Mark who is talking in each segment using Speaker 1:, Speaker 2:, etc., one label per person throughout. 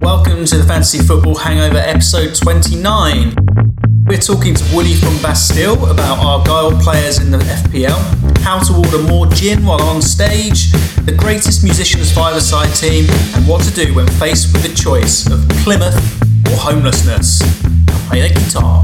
Speaker 1: welcome to the Fantasy Football Hangover episode 29. We're talking to Woody from Bastille about Argyle players in the FPL, how to order more gin while on stage, the greatest musicians five-a-side team, and what to do when faced with the choice of Plymouth or homelessness. Play the guitar.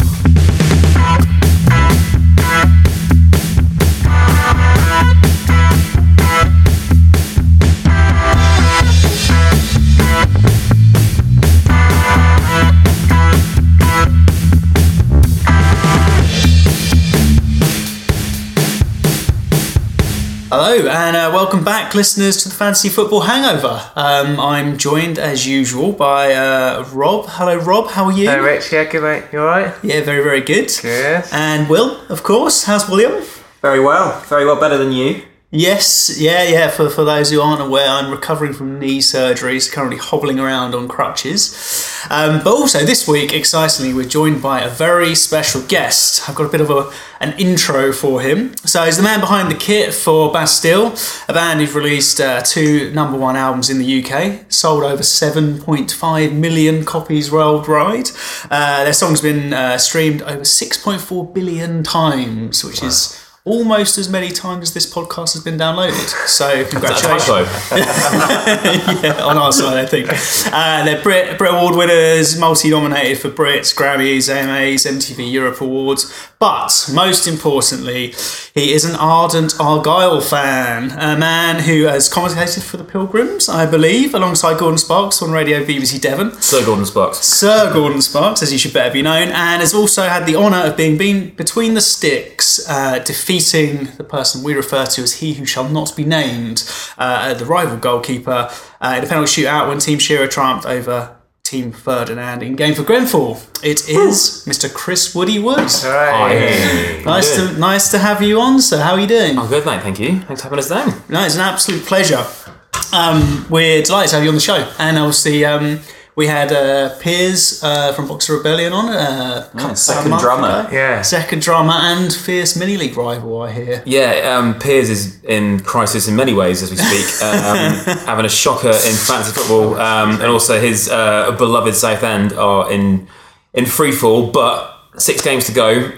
Speaker 1: Hello and uh, welcome back, listeners, to the Fantasy Football Hangover. Um, I'm joined, as usual, by uh, Rob. Hello, Rob. How are you?
Speaker 2: Hey Rich, yeah, good mate. You alright?
Speaker 1: Yeah, very, very good.
Speaker 2: Yes.
Speaker 1: And Will, of course. How's William?
Speaker 3: Very well, very well, better than you.
Speaker 1: Yes, yeah, yeah. For, for those who aren't aware, I'm recovering from knee surgeries, currently hobbling around on crutches. Um, but also, this week, excitingly, we're joined by a very special guest. I've got a bit of a, an intro for him. So, he's the man behind the kit for Bastille, a band who've released uh, two number one albums in the UK, sold over 7.5 million copies worldwide. Uh, their song's been uh, streamed over 6.4 billion times, which is almost as many times as this podcast has been downloaded. So congratulations yeah, on our side, I think. Uh, they're Brit, Brit Award winners, multi-nominated for Brits, Grammys, AMAs, MTV Europe Awards. But most importantly, he is an ardent Argyle fan, a man who has commentated for the Pilgrims, I believe, alongside Gordon Sparks on Radio BBC Devon.
Speaker 3: Sir Gordon's box.
Speaker 1: Sir Gordon Sparks, as you should better be known, and has also had the honour of being been between the sticks, uh, defeating the person we refer to as he who shall not be named, uh, the rival goalkeeper, uh, in a penalty shootout when Team Shearer triumphed over Team Ferdinand in game for Grenfell. It is Mr. Chris Woody Woods.
Speaker 4: Oh,
Speaker 2: Alright.
Speaker 1: Nice
Speaker 3: good.
Speaker 1: to, nice to have you on, sir. How are you doing?
Speaker 4: Oh.
Speaker 3: I'm good, mate. Thank you. Thanks for having us down.
Speaker 1: No, it's an absolute pleasure. Um, we're delighted to have you on the show, and obviously um, we had uh, Piers uh, from Boxer Rebellion on. Uh, a couple-
Speaker 3: second
Speaker 1: a month
Speaker 3: drummer.
Speaker 1: ago.
Speaker 2: Yeah.
Speaker 1: second drummer and fierce mini league rival, I hear.
Speaker 4: Yeah, um, Piers is in crisis in many ways as we speak, um, having a shocker in fantasy football, um, and also his uh, beloved Southend are in in free fall. But six games to go,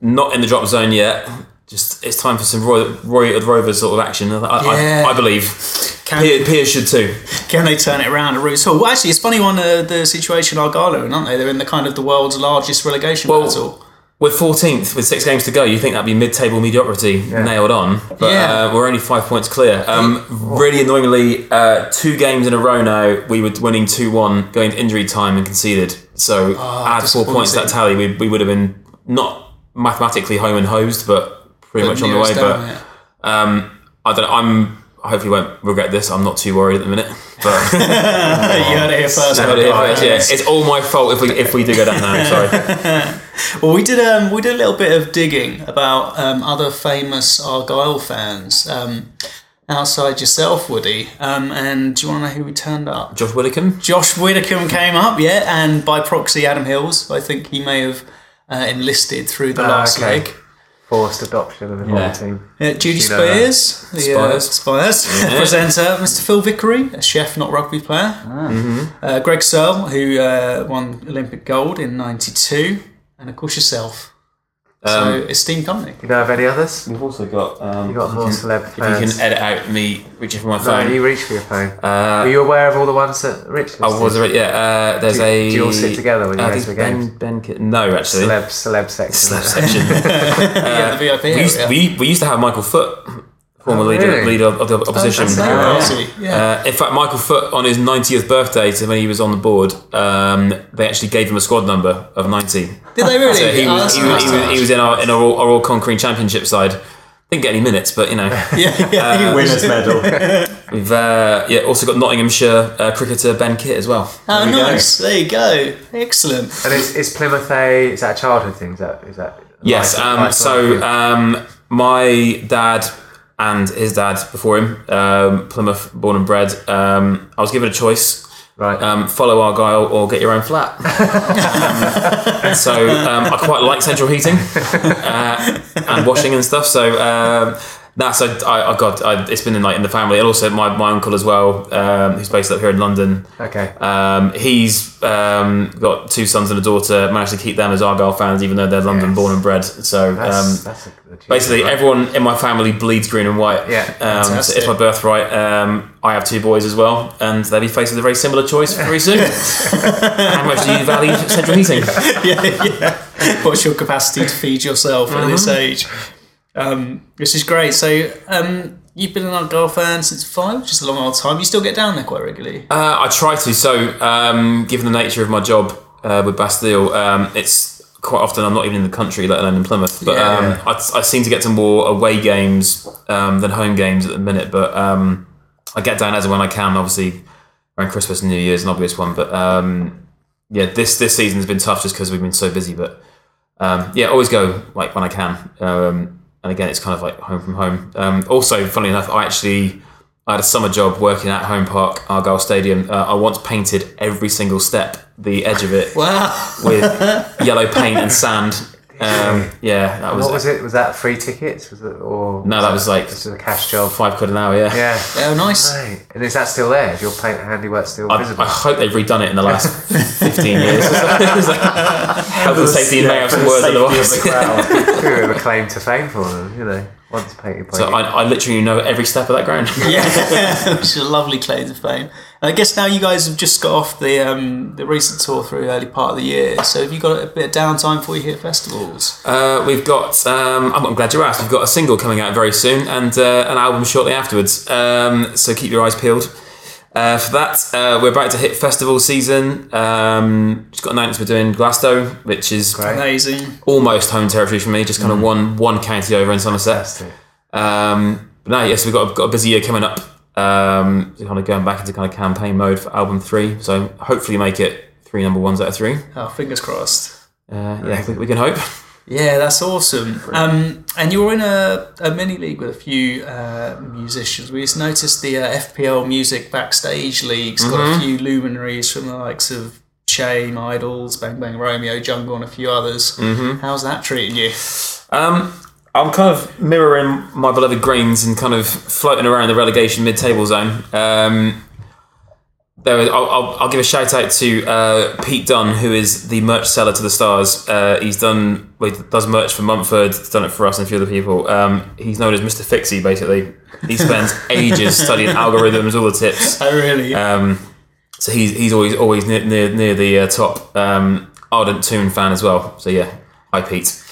Speaker 4: not in the drop zone yet. Just it's time for some Roy, Roy Rovers sort of action. I,
Speaker 1: Yeah.
Speaker 4: I, I believe
Speaker 1: Can-
Speaker 4: Pier- Piers should too.
Speaker 1: Can they turn it around at Roots Hall? Well, actually, it's funny on uh, the situation Argyle are in, aren't they? They're in the kind of the world's largest relegation
Speaker 4: Well,
Speaker 1: battle.
Speaker 4: We're 14th with six games to go. You think that'd be mid-table mediocrity nailed on, but
Speaker 1: Yeah.
Speaker 4: uh, we're only five points clear. Um, really annoyingly, uh, two games in a row now, we were winning 2-1, going to injury time and conceded. So add four points to that tally, we, we would have been not mathematically home and hosed, but pretty much on the way.
Speaker 1: Nearest down,
Speaker 4: But
Speaker 1: yeah.
Speaker 4: um, I don't. I'm. I hopefully won't regret this. I'm not too worried at the minute, but
Speaker 1: you heard it here first.
Speaker 4: but if- yeah, it's all my fault if we if we do go down now. Sorry.
Speaker 1: Well, we did um, we did a little bit of digging about um, other famous Argyle fans um, outside yourself, Woody. Um, and do you want to know who we turned up?
Speaker 4: Josh Willikin.
Speaker 1: Josh Widdicombe came up, yeah, and by proxy, Adam Hills. I think he may have uh, enlisted through the
Speaker 2: Ah,
Speaker 1: last
Speaker 2: okay.
Speaker 1: leg.
Speaker 2: Forced adoption of the whole team.
Speaker 1: Yeah, Judy
Speaker 2: She know that.
Speaker 1: Spears, the uh,
Speaker 4: Spires.
Speaker 1: Spires
Speaker 4: Mm-hmm.
Speaker 1: presenter, Mr. Phil Vickery, a chef, not rugby player.
Speaker 4: Ah.
Speaker 3: Mm-hmm.
Speaker 1: Uh, Greg Searle, who uh, won Olympic gold in '92, and of course yourself.
Speaker 4: um,
Speaker 1: so esteemed company.
Speaker 2: You know of any others?
Speaker 4: We've also got um,
Speaker 2: You got more celeb
Speaker 4: If you
Speaker 2: fans.
Speaker 4: can edit out me reaching for my
Speaker 2: No,
Speaker 4: phone.
Speaker 2: you reach for your phone. Were
Speaker 4: uh,
Speaker 2: you aware of all the ones that Rich
Speaker 4: I was already, yeah. Uh, there's
Speaker 2: Do-
Speaker 4: a.
Speaker 2: do you all sit together when you
Speaker 4: uh,
Speaker 2: go
Speaker 4: there's
Speaker 2: to a
Speaker 4: ben, Ben, Ki- no, actually.
Speaker 2: celeb celeb section?
Speaker 4: Slap section.
Speaker 1: yeah, the VIP
Speaker 4: uh, we, used,
Speaker 1: area.
Speaker 4: we, we used to have Michael Foot, former
Speaker 2: Oh,
Speaker 4: leader,
Speaker 2: really?
Speaker 4: leader of the opposition.
Speaker 1: That's
Speaker 2: Yeah.
Speaker 1: nice. Yeah.
Speaker 4: Uh, in fact, Michael Foot on his 90th birthday, so when he was on the board, um, they actually gave him a squad number of 90.
Speaker 1: Did they really?
Speaker 4: So he
Speaker 1: Oh,
Speaker 4: was,
Speaker 1: that's
Speaker 4: he,
Speaker 1: nice.
Speaker 4: was, he, was, he was in our in our all, our all concrete championship side. Didn't get any minutes, but you know.
Speaker 1: yeah, yeah, he was. Oh,
Speaker 3: Winner's medal.
Speaker 4: We've uh, yeah also got Nottinghamshire uh, cricketer Ben Kitt as well.
Speaker 1: Oh,
Speaker 3: we go.
Speaker 1: nice. There you go. Excellent.
Speaker 2: And is, is Plymouth a is that a childhood thing? Is that is that
Speaker 4: Yes.
Speaker 2: like-
Speaker 4: Um,
Speaker 2: like-
Speaker 4: so um, my dad and his dad before him, um, Plymouth born and bred. Um, I was given a choice:
Speaker 2: right.
Speaker 4: um, follow Argyle or get your own flat. um, so um, I quite like central heating uh, and washing and stuff. So. Um, that's I, I, I got I, it's been in like in the family, and also my, my uncle as well, um, who's based up here in London.
Speaker 2: Okay.
Speaker 4: Um, he's um, got two sons and a daughter. Managed to keep them as Argyle fans, even though they're London born and bred. So
Speaker 2: That's,
Speaker 4: um,
Speaker 2: that's a good achievement,
Speaker 4: basically
Speaker 2: right?
Speaker 4: everyone in my family bleeds green and white.
Speaker 2: Yeah.
Speaker 4: um, so
Speaker 1: Fantastic.
Speaker 4: it's my birthright. Um, I have two boys as well, and they'll be facing a very similar choice very soon. How much do you value central heating?
Speaker 1: yeah, yeah. What's your capacity to feed yourself at this age? Um, this is great. So, um, you've been an Argyle fan since five, which is a long old time. You still get down there quite regularly.
Speaker 4: Uh, I try to. So, um, given the nature of my job uh, with Bastille, um, it's quite often I'm not even in the country, let alone in Plymouth. But
Speaker 1: Yeah.
Speaker 4: um, I, I seem to get to more away games um, than home games at the minute. But um, I get down as and when I can. Obviously, around Christmas and New Year's, an obvious one. But um, yeah, this this season has been tough just because we've been so busy. But um, yeah, always go like when I can. Um, and again, it's kind of like home from home. Um, also, funnily enough, I actually I had a summer job working at Home Park Argyle Stadium. Uh, I once painted every single step, the edge of it,
Speaker 1: Wow.
Speaker 4: with yellow paint and sand. Um, yeah, that was,
Speaker 2: What was it? Was that free tickets? Was it or
Speaker 4: No, that was like-
Speaker 2: just a cash job.
Speaker 4: five quid an hour. Yeah,
Speaker 2: Yeah.
Speaker 1: Oh, nice.
Speaker 2: Right. And is that still there? Is your paint handiwork still
Speaker 4: I,
Speaker 2: visible?
Speaker 4: I hope they've redone it in the last fifteen years. It's like Health and safety may have some words otherwise.
Speaker 2: Well, we have a claim to fame for them, you know. Once painted by
Speaker 4: So
Speaker 2: you.
Speaker 4: I, I literally know every step of that ground.
Speaker 1: Yeah, which is a lovely claim to fame. And I guess now you guys have just got off the um, the recent tour through early part of the year. So have you got a bit of downtime before you hit festivals?
Speaker 4: Uh, we've got. Um, I'm, I'm glad you asked. We've got a single coming out very soon and uh, an album shortly afterwards. Um, so keep your eyes peeled uh, for that. Uh, we're about to hit festival season. Um, just got announced we're doing Glasgow, which is
Speaker 2: Great.
Speaker 1: Amazing.
Speaker 4: almost home territory for me. Just kind of one one county over in Somerset.
Speaker 2: Fantastic.
Speaker 4: Um, but no, yes, we've got a, got a busy year coming up. Um, so kind of going back into kind of campaign mode for album three. So hopefully make it three number ones out of three.
Speaker 1: Oh, fingers crossed.
Speaker 4: Uh, yeah, we, we can hope.
Speaker 1: Yeah, that's awesome. Um, and you're in a, a mini league with a few uh, musicians. We just noticed the uh, FPL Music Backstage League's got a few luminaries from the likes of Shame, Idols, Bang Bang Romeo, Jungle, and a few others. Mm-hmm. How's that treating you?
Speaker 4: Um, I'm kind of mirroring my beloved Greens and kind of floating around the relegation mid-table zone. Um, there was, I'll, I'll, I'll give a shout out to uh, Pete Dunn, who is the merch seller to the Stars. Uh, he's done well, he does merch for Mumford, he's done it for us and a few other people. Um, he's known as Mr. Fixie, basically. He spends ages studying algorithms, all the tips.
Speaker 1: Oh, really?
Speaker 4: Um, so he's he's always always near near, near the uh, top. Um, ardent Toon fan as well. So yeah, hi Pete.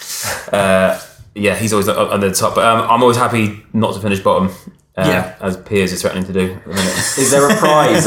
Speaker 4: Uh, yeah, he's always up under the top. But um, I'm always happy not to finish bottom. Uh,
Speaker 1: Yeah.
Speaker 4: as peers is threatening to do. At the minute.
Speaker 3: Is there a prize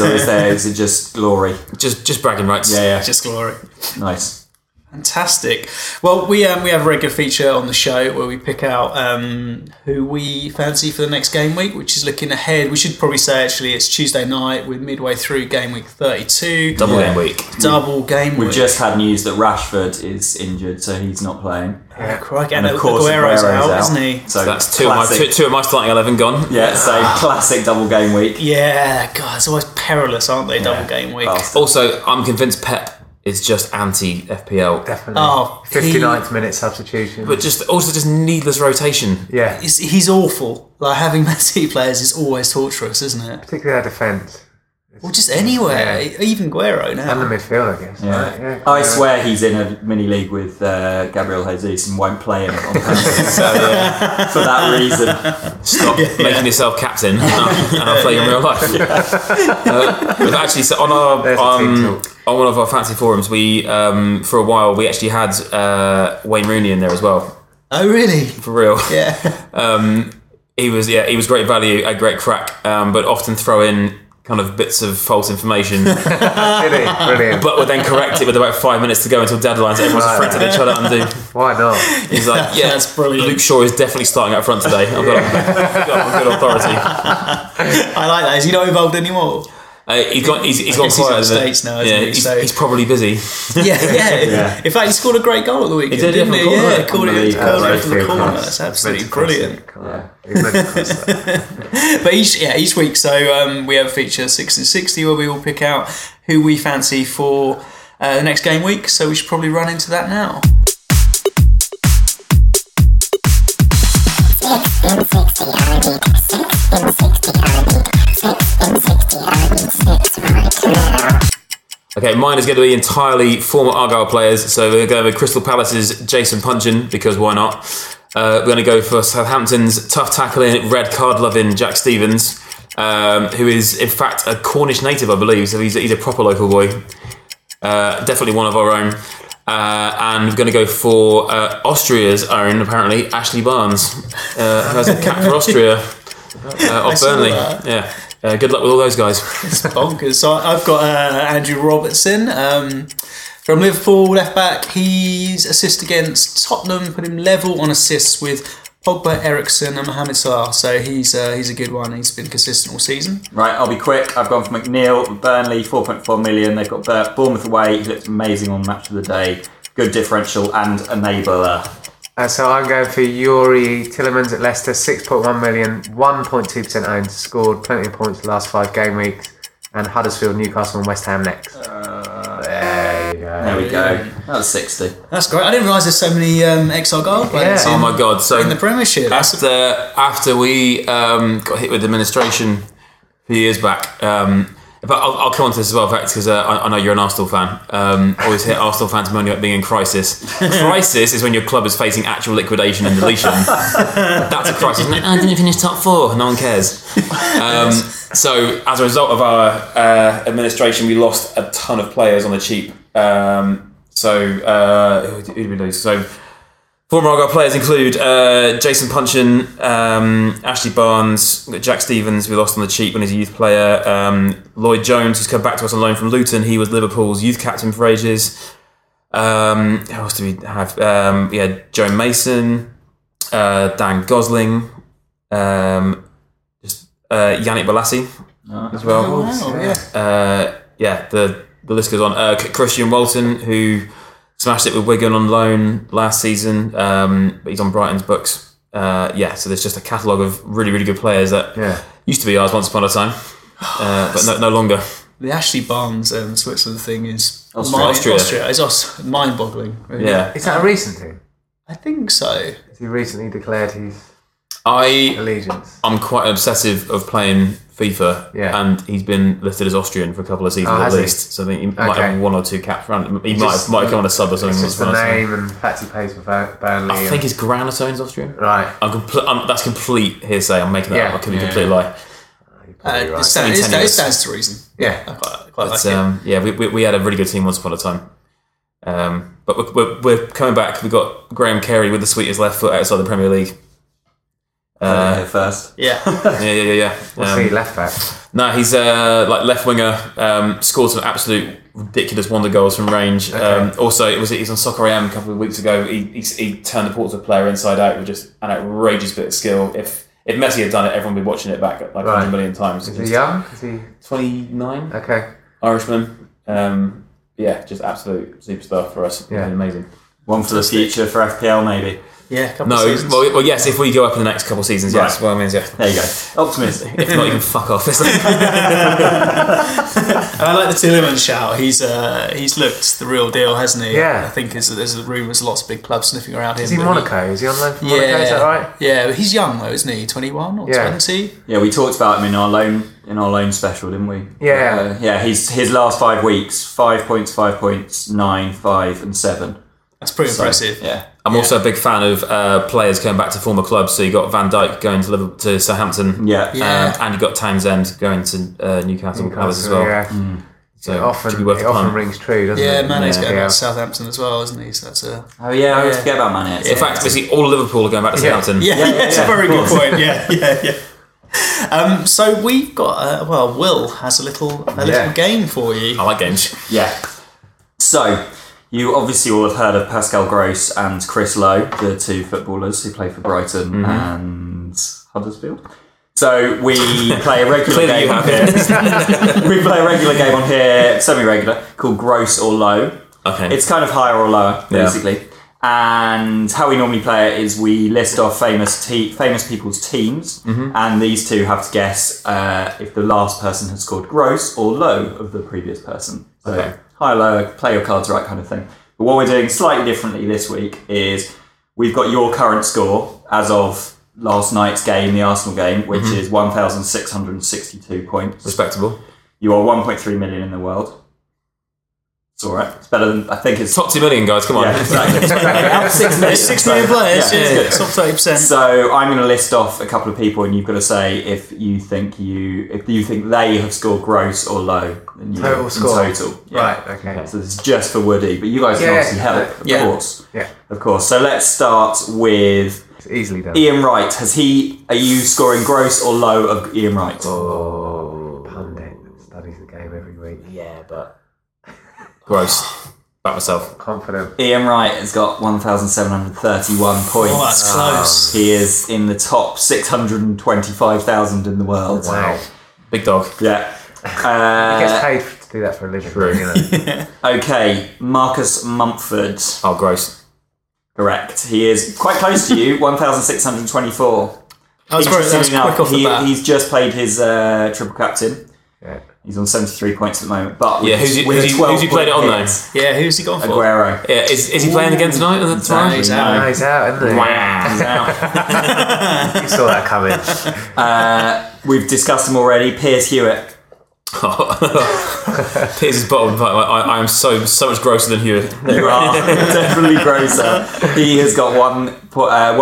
Speaker 3: or is there is it just glory?
Speaker 4: just just bragging rights.
Speaker 3: Yeah, yeah.
Speaker 1: Just glory.
Speaker 3: Nice.
Speaker 1: Fantastic. Well, we um, we have a regular feature on the show where we pick out um, who we fancy for the next game week, which is looking ahead. We should probably say actually it's Tuesday night. We're midway through game week thirty-two.
Speaker 4: Double
Speaker 3: Yeah.
Speaker 4: game week.
Speaker 1: double game
Speaker 3: We've
Speaker 1: week.
Speaker 3: just had news that Rashford is injured, so he's not playing.
Speaker 1: Oh, crikey. And,
Speaker 3: And of course,
Speaker 1: Aguero's,
Speaker 3: Aguero's
Speaker 1: out,
Speaker 3: out,
Speaker 1: isn't he?
Speaker 3: So
Speaker 4: That's two of, my, two,
Speaker 3: classic-
Speaker 4: two of my starting eleven gone.
Speaker 3: Yeah, so classic double game week.
Speaker 1: Yeah, God, it's always perilous, aren't they? Double game week.
Speaker 3: Bastard.
Speaker 4: Also, I'm convinced Pep is just anti FPL,
Speaker 2: Definitely.
Speaker 1: Oh, he-
Speaker 2: 59th minute substitution.
Speaker 4: but just also just needless rotation.
Speaker 2: yeah.
Speaker 1: He's, he's awful. Like having Messi players is always torturous, isn't it?
Speaker 2: Particularly our defence.
Speaker 1: Or just anywhere, E,
Speaker 2: Yeah.
Speaker 1: even Guerrero
Speaker 2: And the
Speaker 1: now.
Speaker 2: midfield, I guess.
Speaker 3: Yeah.
Speaker 2: right? Yeah.
Speaker 3: I swear he's in a mini league with uh, Gabriel Jesus and won't play him on penalties. so yeah, for that reason,
Speaker 4: Stop making yourself captain, and I'll, and I'll play in real life. Uh, we've actually, so on our
Speaker 2: There's a
Speaker 4: um,
Speaker 2: TikTok.
Speaker 4: on one of our fancy forums, we um, for a while we actually had uh, Wayne Rooney in there as well.
Speaker 1: Oh, really?
Speaker 4: For real,
Speaker 1: Yeah.
Speaker 4: he was yeah he was great value, a great crack, um, but often throw in kind of bits of false information, but
Speaker 2: Did he? Brilliant.
Speaker 4: would then correct it with about five minutes to go until deadlines. Everyone's
Speaker 2: Right.
Speaker 4: afraid to each other undo.
Speaker 2: Why not?
Speaker 4: He's like, yeah,
Speaker 1: That's brilliant.
Speaker 4: Luke Shaw is definitely starting up front today. I've got, I've got good authority.
Speaker 1: I like that. Is he not involved anymore?
Speaker 4: Uh, he's got he's, he's
Speaker 1: I
Speaker 4: gone
Speaker 1: guess he's
Speaker 4: quiet.
Speaker 1: on
Speaker 4: isn't he?
Speaker 1: States now, isn't
Speaker 4: yeah,
Speaker 1: he?
Speaker 4: He's,
Speaker 1: So-
Speaker 4: he's probably busy.
Speaker 1: Yeah, yeah.
Speaker 3: Yeah.
Speaker 1: In fact, he scored a great goal at the weekend,
Speaker 4: did,
Speaker 1: didn't
Speaker 4: yeah,
Speaker 1: he?
Speaker 4: from corner.
Speaker 1: Yeah, called it
Speaker 3: Unbelievable.
Speaker 1: curled it
Speaker 2: uh, Right
Speaker 1: from the
Speaker 2: field
Speaker 1: corner.
Speaker 2: cross.
Speaker 1: That's
Speaker 2: Meant
Speaker 1: absolutely
Speaker 2: to cross
Speaker 1: brilliant.
Speaker 2: it. Come on. He's meant to cross that.
Speaker 1: But each yeah each week, so um, we have feature six and sixty where we all pick out who we fancy for uh, the next game week. So we should probably run into that now.
Speaker 4: Okay, mine is going to be entirely former Argyle players. So we're going to go with Crystal Palace's Jason Pungin because why not? Uh, we're going to go for Southampton's tough tackling, red card loving Jack Stevens, um, who is in fact a Cornish native, I believe. So he's, he's a proper local boy. Uh, definitely one of our own. Uh, and we're going to go for uh, Austria's own, apparently, Ashley Barnes, uh, who has a cap for Austria uh, off
Speaker 1: saw
Speaker 4: Burnley.
Speaker 1: that.
Speaker 4: Yeah. Uh, good luck with all those guys.
Speaker 1: It's bonkers. So I- I've got uh, Andrew Robertson um, from Liverpool, left back. He's assist against Tottenham, put him level on assists with Pogba, Ericsson, and Mohamed Salah. So he's uh, he's a good one. He's been consistent all season.
Speaker 3: Right, I'll be quick. I've gone for McNeil, Burnley, 4.4 million. They've got Bur- Bournemouth away. He looked amazing on match of the day. Good differential and enabler.
Speaker 2: Uh, so I'm going for Yuri Tillemans at Leicester, 6.1 million, 1.2% owned, scored plenty of points the last five game weeks, and Huddersfield, Newcastle, and West Ham next.
Speaker 1: Uh,
Speaker 2: there you go.
Speaker 3: There we go. That was 60.
Speaker 1: That's great. I didn't realise there's so many um, ex Argyle players
Speaker 2: Yeah.
Speaker 1: in,
Speaker 4: Oh my god! So
Speaker 1: in the Premiership.
Speaker 4: after after we um, got hit with administration a few years back. Um, but I'll, I'll come on to this as well, Vex, because uh, I, I know you're an Arsenal fan. Um, always hear Arsenal fans moaning about being in crisis. crisis is when your club is facing actual liquidation and deletion. That's a crisis. Like, I didn't finish top four. No one cares. Um, so as a result of our uh, administration, we lost a ton of players on the cheap. Um, so uh, who did who did we lose? So Former Argyle players include uh, Jason Punchin, um, Ashley Barnes, Jack Stevens, we lost on the cheap when he's a youth player. Um, Lloyd Jones, who's come back to us on loan from Luton. He was Liverpool's youth captain for ages. Um, who else do we have? Um, yeah, Joe Mason, uh, Dan Gosling, um, just uh, Yannick Balassi as well.
Speaker 1: Oh, yeah.
Speaker 4: Uh, yeah, the, the list goes on. Uh, C- Christian Walton, who smashed it with Wigan on loan last season, um, but he's on Brighton's books. Uh, yeah, so there's just a catalogue of really, really good players that
Speaker 2: Yeah.
Speaker 4: used to be ours once upon a time, uh, but no, no longer.
Speaker 1: The Ashley Barnes um, Switzerland thing is
Speaker 3: Austria.
Speaker 1: mind-
Speaker 4: Austria.
Speaker 1: Austria. It's aus- mind-boggling. really.
Speaker 4: Yeah,
Speaker 2: Is that a recent thing?
Speaker 1: I think so.
Speaker 2: Has he recently declared his
Speaker 4: I
Speaker 2: allegiance?
Speaker 4: I'm quite obsessive of playing FIFA,
Speaker 2: Yeah.
Speaker 4: and he's been listed as Austrian for a couple of seasons
Speaker 2: Oh,
Speaker 4: at
Speaker 2: has he?
Speaker 4: least. So I think he might
Speaker 2: Okay.
Speaker 4: have one or two caps. Around. He might
Speaker 2: just-
Speaker 4: have, might have come on a sub or something.
Speaker 2: It's
Speaker 4: once
Speaker 2: just the
Speaker 4: upon a time.
Speaker 2: name and fact he plays for Bur- Burnley.
Speaker 4: I
Speaker 2: and-
Speaker 4: think Uh, his granatone's Austrian.
Speaker 2: right.
Speaker 4: I'm compl- I'm, that's complete hearsay. I'm making that
Speaker 2: Yeah.
Speaker 4: up. I could be
Speaker 2: Yeah.
Speaker 4: complete lie.
Speaker 2: You're
Speaker 1: Uh,
Speaker 2: probably
Speaker 1: it,
Speaker 2: right.
Speaker 1: stands, it
Speaker 4: Something tenuous.
Speaker 1: stands to reason. I
Speaker 2: Yeah.
Speaker 1: quite, quite
Speaker 4: But
Speaker 1: like it.
Speaker 4: um, yeah, we, we, we had a really good team once upon a time. Um, but we're, we're, we're coming back. We've got Graham Carey with the sweetest left foot outside the Premier League.
Speaker 3: Uh, here first.
Speaker 1: Yeah.
Speaker 4: Yeah, yeah, yeah, yeah.
Speaker 2: See,
Speaker 4: Um,
Speaker 2: left back.
Speaker 4: no, he's uh, like left winger. Um, scored some absolute ridiculous wonder goals from range. Um, also, it was he's on Soccer AM a couple of weeks ago. He, he, he turned the Porto player inside out with just an outrageous bit of skill. If if Messi had done it, everyone would be watching it back like
Speaker 2: Right.
Speaker 4: 100 million times.
Speaker 2: Is he young? Is he
Speaker 4: 29
Speaker 2: okay?
Speaker 4: Irishman. Um, yeah, just absolute superstar for us.
Speaker 2: Yeah.
Speaker 4: amazing.
Speaker 3: One for the future for FPL, maybe.
Speaker 1: Yeah, a couple
Speaker 4: No,
Speaker 1: of seasons.
Speaker 4: well, well, yes, if we go up in the next couple of seasons, yes.
Speaker 3: Right.
Speaker 4: Well, I mean, yeah.
Speaker 3: There you go. Optimistic.
Speaker 4: If not, you can fuck off. It's like-
Speaker 1: I like the Tillerman shout. He's uh, he's looked the real deal, hasn't he?
Speaker 2: Yeah.
Speaker 1: I think there's, there's rumours lots of big clubs sniffing around him.
Speaker 2: Is he
Speaker 1: but
Speaker 2: Monaco? Is he on loan from
Speaker 1: Yeah.
Speaker 2: Monaco? Is that right?
Speaker 1: Yeah, but he's young though, isn't he? 21 or
Speaker 2: Yeah.
Speaker 1: 20?
Speaker 3: Yeah, we talked about him in our loan in our loan special, didn't we?
Speaker 2: Yeah.
Speaker 3: Uh, yeah. He's his last five weeks: five points, five points, nine, five, and seven.
Speaker 1: That's pretty
Speaker 3: So,
Speaker 1: impressive.
Speaker 3: Yeah.
Speaker 4: I'm also a big fan of uh, players going back to former clubs. So you got Van Dyke going to Liverpool, to Southampton,
Speaker 3: Yeah.
Speaker 1: Yeah.
Speaker 4: um, and you got Townsend going to uh, Newcastle, Palace as well. Mm.
Speaker 2: Yeah.
Speaker 4: So
Speaker 2: It
Speaker 4: should
Speaker 2: often,
Speaker 4: be worth
Speaker 2: it
Speaker 4: a punt.
Speaker 2: often rings true, doesn't
Speaker 1: Yeah,
Speaker 2: it?
Speaker 1: Mane's going
Speaker 2: Mm-hmm. Yeah.
Speaker 1: back to Southampton as well, isn't he? So that's a.
Speaker 3: Oh yeah, I always
Speaker 1: Yeah.
Speaker 3: forget about Mane.
Speaker 4: In fact, basically all Liverpool are going back to
Speaker 2: Yeah.
Speaker 4: Southampton.
Speaker 1: Yeah,
Speaker 3: yeah,
Speaker 1: that's
Speaker 3: yeah,
Speaker 1: a very
Speaker 3: of
Speaker 1: good point. Yeah, yeah, yeah. Um, so we've got, uh, well, Will has a little, a little
Speaker 2: Yeah.
Speaker 1: game for you.
Speaker 3: Oh,
Speaker 4: I like games.
Speaker 3: Yeah. So, you obviously all have heard of Pascal Gross and Chris Lowe, the two footballers who play for Brighton
Speaker 4: Mm-hmm.
Speaker 3: and Huddersfield. So we play a regular
Speaker 4: Clearly you
Speaker 3: game on here. we play a regular game on here, semi-regular, called Gross or Low.
Speaker 4: Okay.
Speaker 3: It's kind of higher or lower,
Speaker 4: Yeah.
Speaker 3: basically. And how we normally play it is we list our famous te- famous people's teams,
Speaker 4: Mm-hmm.
Speaker 3: and these two have to guess uh, if the last person has scored gross or low of the previous person. So
Speaker 4: Okay.
Speaker 3: high, low, play your cards right kind of thing. But what we're doing slightly differently this week is we've got your current score as of last night's game, the Arsenal game, which
Speaker 4: Mm-hmm.
Speaker 3: is 1,662 points.
Speaker 4: Respectable.
Speaker 3: You are 1.3 million in the world. It's all right. It's better than I think it's.
Speaker 4: Top two million guys. Come on.
Speaker 3: Yeah, exactly. It's better than six million.
Speaker 1: There's six million
Speaker 3: So,
Speaker 1: players.
Speaker 3: yeah,
Speaker 1: Yeah,
Speaker 3: it's good.
Speaker 1: top thirty percent.
Speaker 3: So I'm going to list off a couple of people, and you've got to say if you think you if you think they have scored gross or low. Then you,
Speaker 2: Total
Speaker 3: in
Speaker 2: score.
Speaker 3: Total. Yeah.
Speaker 2: Right, okay.
Speaker 3: So this is just for Woody, but you guys can
Speaker 2: Yeah.
Speaker 3: obviously help, of
Speaker 1: Yeah.
Speaker 3: course,
Speaker 2: Yeah,
Speaker 3: of course. So let's start with
Speaker 2: it's easily done.
Speaker 3: Ian Wright. Has he? Are you scoring gross or low of Ian Wright?
Speaker 2: Oh, pundit studies the game every week.
Speaker 4: Yeah, but gross. About myself.
Speaker 2: Confident.
Speaker 3: Ian Wright has got 1,731 points.
Speaker 1: Oh, that's close.
Speaker 3: He is in the top 625,000 in the world.
Speaker 2: Wow.
Speaker 4: Big dog.
Speaker 3: Yeah.
Speaker 2: He gets
Speaker 3: Uh,
Speaker 2: paid to do that for a living.
Speaker 4: True.
Speaker 2: You know.
Speaker 3: okay, Marcus Mumford.
Speaker 4: Oh, gross.
Speaker 3: Correct. He is quite close to you, 1,624.
Speaker 1: That was, very, that was
Speaker 3: Interestingly enough,
Speaker 1: quick off the
Speaker 3: he-
Speaker 1: bat.
Speaker 3: he's just played his uh, triple captain.
Speaker 2: yeah.
Speaker 3: He's on 73 points at the moment. But with,
Speaker 4: Yeah, who's he-
Speaker 3: with
Speaker 4: who's
Speaker 3: a
Speaker 4: he-
Speaker 3: 12
Speaker 4: who's he played it on,
Speaker 3: point
Speaker 4: though?
Speaker 1: yeah, who's he gone for?
Speaker 3: hit, Aguero.
Speaker 4: Yeah, is, is he playing again tonight? Or tomorrow?
Speaker 1: He's
Speaker 3: No.
Speaker 1: out.
Speaker 2: Oh, he's out, isn't he?
Speaker 3: He's
Speaker 4: Wow.
Speaker 3: out.
Speaker 2: You saw that coming.
Speaker 3: We've discussed him already. Piers Hewitt.
Speaker 4: Oh. Piers is bottom. but I, I, I am so so much grosser than you.
Speaker 3: You are definitely grosser. He has got one po- uh,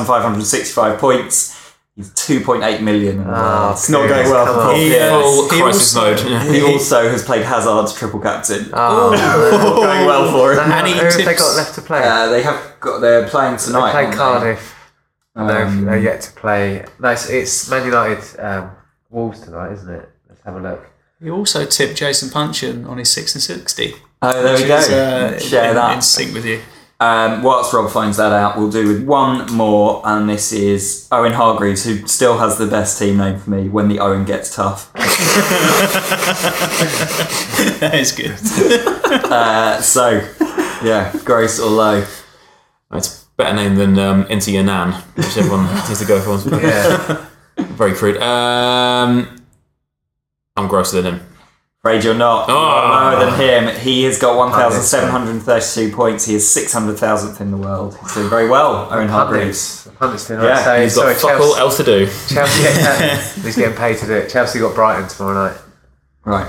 Speaker 3: 1,565 points. He's 2.8 million.
Speaker 2: Oh,
Speaker 3: it's not
Speaker 2: Piers,
Speaker 3: going well
Speaker 2: come
Speaker 3: for
Speaker 2: on.
Speaker 3: Piers.
Speaker 4: Full
Speaker 1: he
Speaker 4: crisis mode. Yeah.
Speaker 3: He also has played Hazard's triple captain.
Speaker 2: Oh,
Speaker 3: Not going well for him.
Speaker 1: Manny
Speaker 2: Um, who have they
Speaker 1: tips.
Speaker 2: got left to play?
Speaker 3: Uh, they have got. They're playing
Speaker 2: they
Speaker 3: tonight.
Speaker 2: play
Speaker 3: aren't they?
Speaker 2: Cardiff. Oh,
Speaker 3: Um,
Speaker 2: no, they're yet to play. No, it's, it's Man United um, Wolves tonight, isn't it? Let's have a look.
Speaker 1: He also tipped Jason Punchin on his six and sixty.
Speaker 3: Oh, there we
Speaker 1: which
Speaker 3: go.
Speaker 1: is, uh,
Speaker 3: Share
Speaker 1: in,
Speaker 3: that.
Speaker 1: in sync with you.
Speaker 3: Um, whilst Rob finds that out, we'll do with one more, and this is Owen Hargreaves, who still has the best team name for me when the Owen gets tough.
Speaker 1: That is good.
Speaker 3: So, yeah, gross or low.
Speaker 4: It's a better name than um, Into Your Nan, which everyone seems to go for.
Speaker 2: Yeah.
Speaker 4: Very crude. Um, I'm grosser than him.
Speaker 3: Afraid you're not. You
Speaker 1: Ah.
Speaker 3: are
Speaker 4: Oh.
Speaker 3: lower than him. He has got 1,732 points. He is 600,000th in the world. He's doing very well, Owen
Speaker 2: Pundits.
Speaker 3: Hargreaves.
Speaker 2: The Pundits tonight.
Speaker 3: Yeah,
Speaker 2: so,
Speaker 4: He's got
Speaker 2: sorry,
Speaker 4: fuck
Speaker 2: Chelsea,
Speaker 4: all else to do.
Speaker 2: Chelsea he's getting paid to do it. Chelsea got Brighton tomorrow night.
Speaker 3: Right.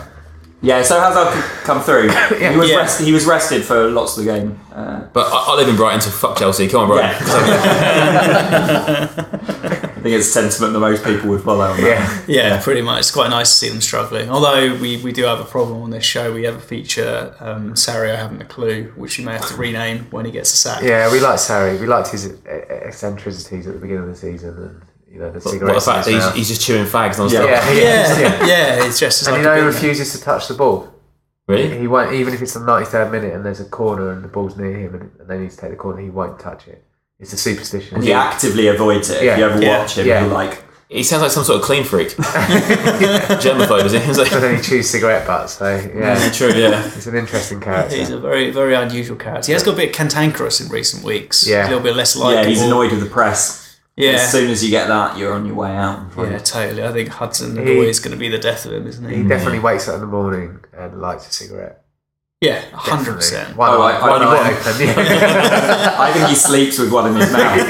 Speaker 3: Yeah, so how's that c- come through? he, was
Speaker 1: Yeah.
Speaker 3: rest- he was rested for lots of the game. Uh,
Speaker 4: But I, I live in Brighton, so fuck Chelsea. Come on, Brighton.
Speaker 3: yeah. I think it's a sentiment that most people would follow. On that.
Speaker 2: Yeah.
Speaker 1: Yeah, pretty much. It's quite nice to see them struggling. Although we, we do have a problem on this show. We have a feature, um, Sario having a clue, which we may have to rename when he gets a sack.
Speaker 2: Yeah, we liked Sarri. We liked his uh, eccentricities at the beginning of the season, and you know the
Speaker 4: What the
Speaker 2: cigarettes.
Speaker 4: fact
Speaker 2: in his
Speaker 4: that he's,
Speaker 2: mouth.
Speaker 4: he's just chewing fags non
Speaker 3: Yeah.
Speaker 2: yeah, he
Speaker 1: Yeah,
Speaker 2: is, yeah.
Speaker 1: yeah, it's just as
Speaker 2: And
Speaker 1: like
Speaker 2: you
Speaker 1: a
Speaker 2: know, he
Speaker 1: big-
Speaker 2: refuses to touch the ball.
Speaker 4: Really?
Speaker 2: He won't, even if it's the 93rd minute and there's a corner and the ball's near him and, and they need to take the corner, he won't touch it. It's a superstition.
Speaker 3: He actively avoids it.
Speaker 2: Yeah.
Speaker 3: If you ever
Speaker 1: Yeah.
Speaker 3: watch him,
Speaker 2: Yeah.
Speaker 3: you're like,
Speaker 4: He sounds like some sort of clean freak. Germaphobe, is he? He's
Speaker 2: But
Speaker 4: like,
Speaker 2: then he chews cigarette butts, so yeah,
Speaker 4: yeah, true, yeah.
Speaker 2: it's an interesting character.
Speaker 1: He's a very, very unusual character. He has got a bit cantankerous in recent weeks.
Speaker 2: Yeah.
Speaker 1: A little bit less
Speaker 3: yeah,
Speaker 1: likable.
Speaker 3: he's annoyed with the press. As
Speaker 1: Yeah.
Speaker 3: soon as you get that, you're on your way out.
Speaker 1: Yeah, totally. I think Hudson
Speaker 2: He-
Speaker 1: Odoi is going to be the death of him, isn't
Speaker 2: He
Speaker 1: he?
Speaker 2: definitely wakes up in the morning and lights a cigarette.
Speaker 1: Yeah, hundred
Speaker 2: Definitely.
Speaker 1: percent.
Speaker 2: One
Speaker 3: Oh,
Speaker 2: eye,
Speaker 3: I- I
Speaker 2: one
Speaker 3: know.
Speaker 2: eye open. Yeah.
Speaker 3: I think he sleeps with one in his mouth.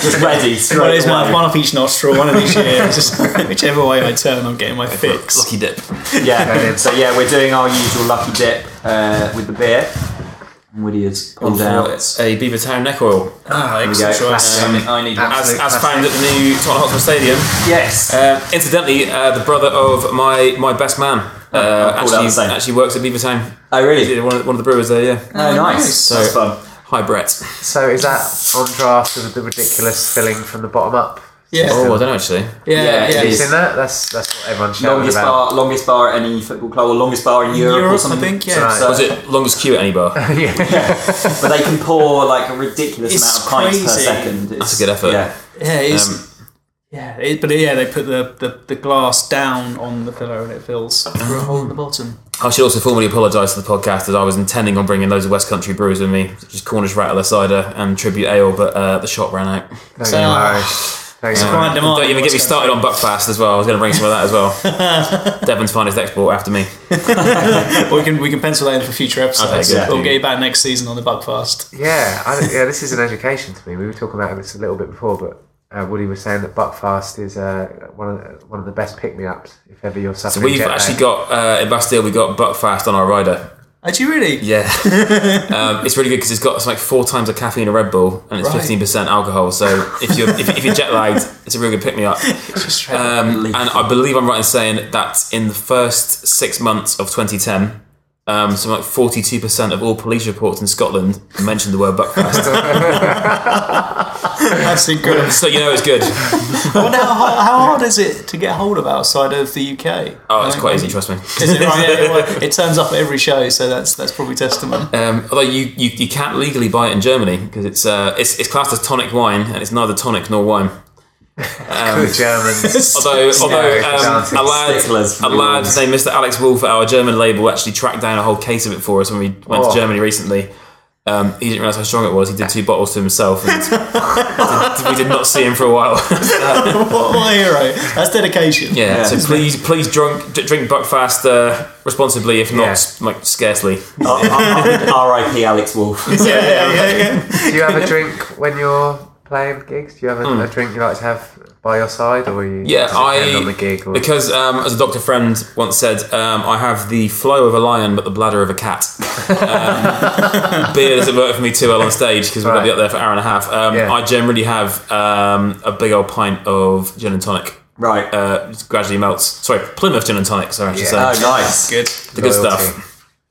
Speaker 3: Just ready, straight
Speaker 1: Well, there's
Speaker 3: away.
Speaker 1: one, one off each nostril, one of each ear. It's Just whichever way I turn, I'm getting my fix.
Speaker 4: Lucky dip.
Speaker 3: Yeah.
Speaker 2: Yeah.
Speaker 3: so yeah, we're doing our usual lucky dip uh, with the beer. And Woody has pulled out.
Speaker 4: It's a Beaver Town neck oil.
Speaker 1: Ah,
Speaker 3: There we go.
Speaker 1: excellent choice.
Speaker 3: Um, I need one.
Speaker 4: As,
Speaker 2: Absolute
Speaker 4: as
Speaker 2: classic.
Speaker 4: found at the new Tottenham Hotspur Stadium.
Speaker 3: yes.
Speaker 4: Um, incidentally, uh, the brother of my, my best man
Speaker 3: Oh,
Speaker 4: uh,
Speaker 3: all out the
Speaker 4: actually,
Speaker 3: same. actually
Speaker 4: actually works at Beaver Town.
Speaker 3: oh really?
Speaker 4: One of, the- one of the brewers there, yeah.
Speaker 3: Oh nice.
Speaker 1: nice.
Speaker 3: That's fun.
Speaker 4: Hi, Brett.
Speaker 2: so is that on draft with the ridiculous filling from the bottom up?
Speaker 1: Yeah,
Speaker 4: Oh, I don't know actually.
Speaker 1: yeah,
Speaker 3: yeah,
Speaker 1: yeah.
Speaker 3: it
Speaker 2: Have you
Speaker 3: is.
Speaker 2: seen that? That's that's what everyone's shouting
Speaker 3: Longest
Speaker 2: about.
Speaker 3: bar, longest bar at any football club, or longest bar in Europe, or
Speaker 1: Europe, I
Speaker 3: something.
Speaker 1: think. Yeah.
Speaker 2: Tonight.
Speaker 3: So-
Speaker 4: Was it longest queue at any bar?
Speaker 2: yeah.
Speaker 3: But they can pour like a ridiculous
Speaker 1: It's
Speaker 3: amount of pints per
Speaker 1: crazy.
Speaker 3: second. It's,
Speaker 4: That's a good effort.
Speaker 3: Yeah.
Speaker 1: Yeah, it's,
Speaker 4: Um,
Speaker 1: yeah, it, but yeah, they put the, the, the glass down on the pillow and it fills through a hole in the bottom.
Speaker 4: I should also formally apologise to the podcast as I was intending on bringing loads of West Country brewers with me, such as Cornish Rattler Cider and Tribute Ale, but uh, the shop ran out.
Speaker 2: Don't
Speaker 1: So-
Speaker 2: you
Speaker 3: uh,
Speaker 2: worry. Don't you worry.
Speaker 1: Quite demanding.
Speaker 4: Don't even get me
Speaker 1: what's
Speaker 4: started on Buckfast as well. I was going to bring some of that as well. Devon's finest export after me.
Speaker 1: going on. We can we can pencil that in for future episodes.
Speaker 4: Okay, good.
Speaker 1: We'll get you back next season on the Buckfast.
Speaker 2: Yeah, I, yeah. This is an education to me. We were talking about this a little bit before, but uh, Woody was saying that Buckfast is uh, one of the, one of the best pick me ups if ever you're suffering.
Speaker 4: We've
Speaker 2: jet
Speaker 4: actually
Speaker 2: lag.
Speaker 4: got uh, in Bastille. We got Buckfast on our rider.
Speaker 1: Are you really?
Speaker 4: Yeah, um, it's really good because it's got it's like four times the caffeine of Red Bull and it's
Speaker 1: Right.
Speaker 4: fifteen percent alcohol. So if you're if, if you're jet lagged, it's a real good pick me up. Um, and I believe I'm right in saying that in the first six months of 2010, um, something like 42% of all police reports in Scotland mentioned the word Buckfast.
Speaker 1: That's incredible.
Speaker 4: so you know it's good.
Speaker 1: I wonder how, hard- how hard is it to get hold of outside of the UK?
Speaker 4: Oh, it's quite easy, trust me.
Speaker 1: Is it, right? Yeah, well, it turns up at every show, so that's that's probably testament.
Speaker 4: Um, although you, you, you can't legally buy it in Germany because it's, uh, it's it's classed as tonic wine and it's neither tonic nor wine.
Speaker 2: the Germans.
Speaker 4: Although, although um,
Speaker 2: Sticklers.
Speaker 4: a lad,
Speaker 3: Sticklers.
Speaker 4: a lad named Mr. Alex Wolf at our German label actually tracked down a whole case of it for us when we went
Speaker 2: Oh.
Speaker 4: to Germany recently. Um, he didn't realise how strong it was. He did two bottles to himself, and we did not see him for a while.
Speaker 1: What a hero! That's dedication.
Speaker 4: yeah,
Speaker 3: Yeah.
Speaker 4: So please, please drunk, d- drink Buckfast uh, responsibly, if not
Speaker 2: Yeah.
Speaker 4: like scarcely.
Speaker 3: R.I.P. Alex Wolf.
Speaker 1: yeah, yeah, yeah, yeah.
Speaker 2: Do you have a drink when you're playing gigs? Do you have a, a drink you like to have by your side, or you?
Speaker 4: Hmm. Yeah,
Speaker 2: does it
Speaker 4: I
Speaker 2: depend on the gig. Or,
Speaker 4: because um, as a doctor friend once said, um, I have the flow of a lion but the bladder of a cat. Um, beer doesn't work for me too well on stage because we've got to be
Speaker 2: Right.
Speaker 4: up there for an hour and a half. Um,
Speaker 2: Yeah.
Speaker 4: I generally have um, a big old pint of gin and tonic.
Speaker 3: Right.
Speaker 4: Uh, it gradually melts. Sorry, Plymouth gin and tonic. Sorry, I should
Speaker 2: Yeah.
Speaker 3: oh,
Speaker 4: say
Speaker 3: nice.
Speaker 1: Good.
Speaker 4: the good
Speaker 2: Loyalty.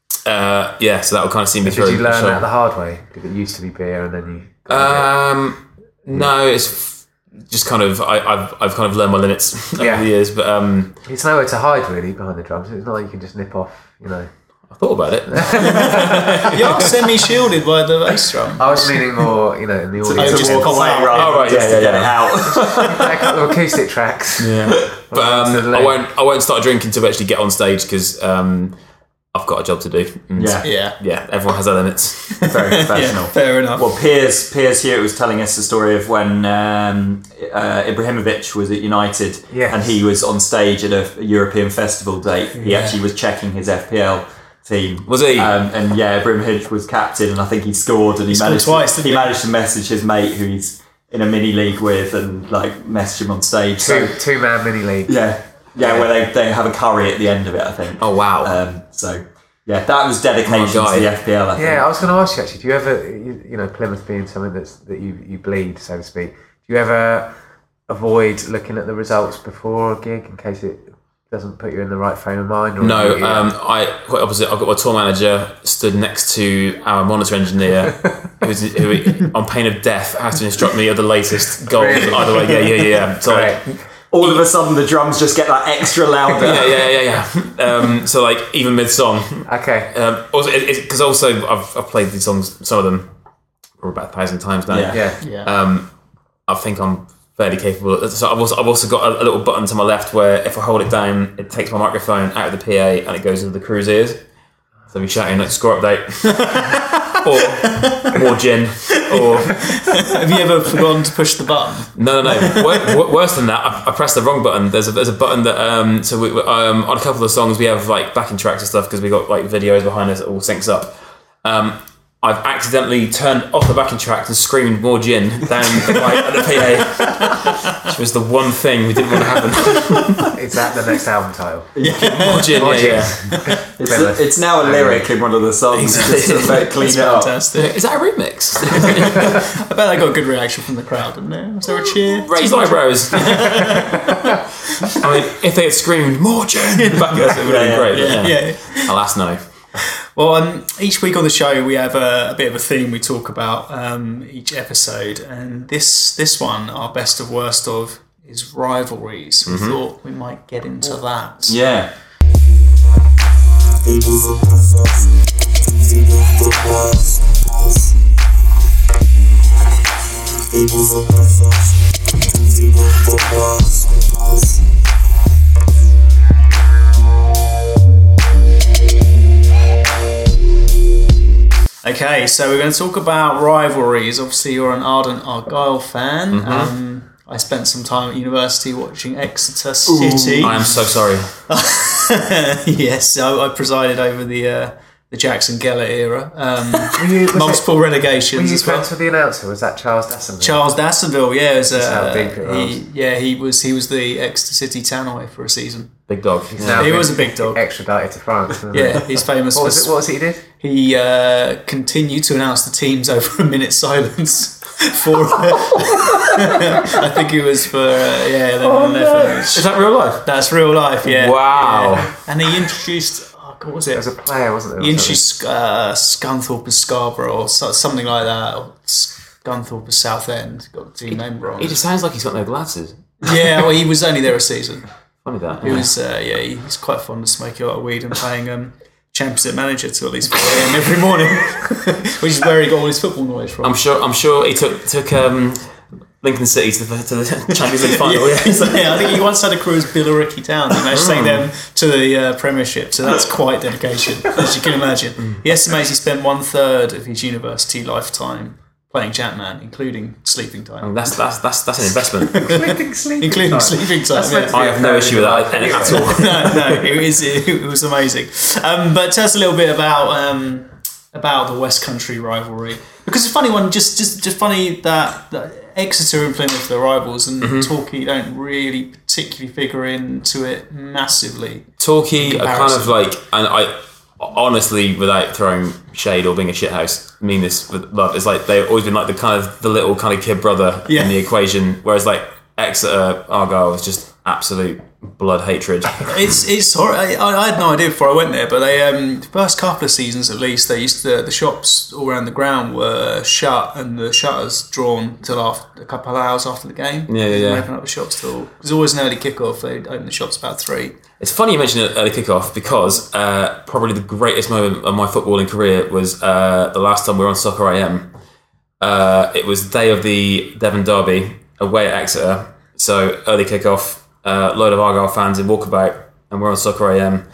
Speaker 4: stuff. Uh, yeah, so that will kind of see me
Speaker 2: Did
Speaker 4: through.
Speaker 2: you learn
Speaker 4: sure.
Speaker 2: that the hard way? Did it used to be beer, and then you?
Speaker 4: Um, no, it's f- just kind of I, I've I've kind of learned my limits over
Speaker 2: Yeah.
Speaker 4: the years, but um,
Speaker 2: It's nowhere to hide really behind the drums. It's not like you can just nip off. You know,
Speaker 4: I thought about it.
Speaker 1: You're semi-shielded by the bass drum.
Speaker 2: I was meaning more. You know, in the
Speaker 1: I
Speaker 2: audience.
Speaker 1: just
Speaker 2: and
Speaker 1: walk away.
Speaker 3: Right, right,
Speaker 4: Oh, right,
Speaker 3: just
Speaker 4: yeah,
Speaker 3: to
Speaker 4: yeah,
Speaker 3: get it out.
Speaker 2: play a couple of acoustic tracks.
Speaker 4: But um,
Speaker 2: Absolutely.
Speaker 4: I won't. I won't start drinking to actually get on stage because um, I've got a job to do. And
Speaker 3: yeah.
Speaker 1: Yeah.
Speaker 4: yeah, everyone has their limits.
Speaker 3: Very professional.
Speaker 1: Fair enough.
Speaker 3: Well, Piers, Piers Hewitt was telling us the story of when um, uh, Ibrahimovic was at United
Speaker 2: Yes.
Speaker 3: and he was on stage at a European festival date. He actually was checking his FPL team.
Speaker 4: Was he?
Speaker 3: Um, and yeah, Ibrahimovic was captain and I think he scored and he,
Speaker 1: scored
Speaker 3: managed,
Speaker 1: twice,
Speaker 3: to,
Speaker 1: didn't
Speaker 3: he
Speaker 1: he?
Speaker 3: managed to message his mate who he's in a mini league with and like message him on stage.
Speaker 2: Two
Speaker 3: So,
Speaker 2: two man mini league.
Speaker 3: yeah. Yeah, where they, they have a curry at the end of it, I think.
Speaker 4: Oh wow!
Speaker 3: Um, so, yeah, that was dedication
Speaker 4: Oh, my
Speaker 3: to the
Speaker 4: God.
Speaker 3: FPL, I think.
Speaker 2: Yeah, I was going to ask you actually. Do you ever, you, you know, Plymouth being something that's that you you bleed, so to speak. Do you ever avoid looking at the results before a gig in case it doesn't put you in the right frame of mind? Or
Speaker 4: no,
Speaker 2: you-
Speaker 4: um, I quite opposite. I've got my tour manager stood next to our monitor engineer, who's, who, on pain of death, has to instruct me of the latest goals.
Speaker 2: Really?
Speaker 4: Either way, yeah, yeah, yeah, yeah. So,
Speaker 2: Right.
Speaker 3: all of a sudden the drums just get like extra louder.
Speaker 4: yeah, yeah, yeah, yeah. Um, so like even mid song,
Speaker 2: Okay.
Speaker 1: uh,
Speaker 4: Um, also, because also I've, I've played these songs, some of them, for about a thousand times now.
Speaker 3: Yeah.
Speaker 2: yeah.
Speaker 1: yeah.
Speaker 4: Um, I think I'm fairly capable. So I've also, I've also got a, a little button to my left where if I hold it down, it takes my microphone out of the PA and it goes into the crew's ears. So we shouting like score update, or more gin, or
Speaker 1: Have you ever forgotten to push the button?
Speaker 4: no, no, no. Wor- wor- worse than that, I, I pressed the wrong button. There's a there's a button that um so we, we- um on a couple of songs we have like backing tracks and stuff because we got like videos behind us that all syncs up. Um, I've accidentally turned off the backing tracks and screamed more gin down the, right at the PA, which was the one thing we didn't want to happen.
Speaker 2: Is that the next album title?
Speaker 4: more gin, yeah,
Speaker 2: gin.
Speaker 4: yeah.
Speaker 3: It's, it's now a lyric in one of the songs just to make- clean
Speaker 1: That's
Speaker 3: it up.
Speaker 1: fantastic.
Speaker 4: Is that a remix?
Speaker 1: I bet I got a good reaction from the crowd, didn't there? Was there a cheer?
Speaker 4: Raised eyebrows. I mean, if they had screamed more gin back at us, it would have been great.
Speaker 1: Yeah.
Speaker 4: but yeah. Alas, no.
Speaker 1: Well, um, each week on the show we have a, a bit of a theme we talk about um, each episode, and this this one, our best of worst of, is rivalries. We thought we might get into that.
Speaker 3: Yeah.
Speaker 1: Okay, so we're going to talk about rivalries. Obviously, you're an ardent Argyle fan. Um, I spent some time at university watching Exeter City.
Speaker 4: I am so sorry.
Speaker 1: yes, I, I presided over the uh, the Jackson Geller era. Um,
Speaker 2: Were you, was it-
Speaker 1: multiple
Speaker 2: were
Speaker 1: relegations
Speaker 2: you
Speaker 1: as well.
Speaker 2: friends with the announcer? Was that Charles Dassenville?
Speaker 1: Charles Dassenville, yeah, was,
Speaker 2: how
Speaker 1: uh,
Speaker 2: deep it
Speaker 1: he, yeah, he was he was the Exeter City Tannoy for a season.
Speaker 4: Big dog.
Speaker 2: Now
Speaker 1: He
Speaker 2: been
Speaker 1: was a big dog.
Speaker 2: Extradited to France. wasn't he?
Speaker 1: Yeah, he's famous
Speaker 2: What
Speaker 1: for
Speaker 2: was it? What was it he did?
Speaker 1: he uh, continued to announce the teams over a minute silence for. I think it was for uh, yeah. Oh,
Speaker 4: Is that real life?
Speaker 1: That's real life, yeah.
Speaker 4: Wow.
Speaker 1: Yeah. And he introduced oh, God, what was
Speaker 2: It was
Speaker 1: it?
Speaker 2: a player, wasn't it? or
Speaker 1: He
Speaker 2: something?
Speaker 1: introduced uh, Scunthorpe and Scarborough or so, something like that. Or Scunthorpe and Southend. Got the team name wrong.
Speaker 4: He just sounds like he's got no glasses.
Speaker 1: yeah, well, he was only there a season.
Speaker 4: Funny that.
Speaker 1: He was, uh, yeah, he was quite fond of smoking a lot of weed and playing um, championship manager till at least 4 a.m. every morning, which is where he got all his football knowledge from.
Speaker 4: I'm sure. I'm sure he took took um, Lincoln City to the, to the Champions League final.
Speaker 1: yeah,
Speaker 4: Yeah.
Speaker 1: so, yeah, I think he once had a cruise Billericay Town and managed to take them to the uh, Premiership, so that's quite dedication, as you can imagine. He estimates he spent one third of his university lifetime playing Chapman, including sleeping time.
Speaker 4: That's that's that's that's an investment.
Speaker 2: Including sleeping
Speaker 1: Including
Speaker 2: time.
Speaker 1: sleeping time,
Speaker 2: That's
Speaker 1: yeah.
Speaker 2: meant to be
Speaker 4: I
Speaker 2: a
Speaker 4: have no
Speaker 2: very
Speaker 4: issue with that
Speaker 2: good
Speaker 4: at
Speaker 2: idea.
Speaker 4: all.
Speaker 1: no, no, it was it was amazing. Um, but tell us a little bit about um, about the West Country rivalry because it's a funny one. Just just just funny that, that Exeter and Plymouth are rivals, and Torquay don't really particularly figure into it massively.
Speaker 4: Torquay are kind of
Speaker 1: comparison.
Speaker 4: like, and I honestly, without throwing shade or being a shithouse, mean this with love. It's like they've always been like the kind of the little kind of kid brother
Speaker 1: Yeah.
Speaker 4: in the equation, whereas like Exeter Argyle is just absolute blood hatred.
Speaker 1: It's it's hor- I, I had no idea before I went there, but they um, the first couple of seasons at least they used to, the shops all around the ground were shut and the shutters drawn till after a couple of hours after the game.
Speaker 4: Yeah, yeah,
Speaker 1: They didn't
Speaker 4: yeah.
Speaker 1: Open up the shops till because always an early kickoff. They would open the shops about three.
Speaker 4: It's funny you mentioned early kickoff because uh, probably the greatest moment of my footballing career was uh, the last time we were on Soccer AM. Uh, it was the day of the Devon Derby away at Exeter. So early kickoff, uh, load of Argyle fans in walkabout, and we're on Soccer AM.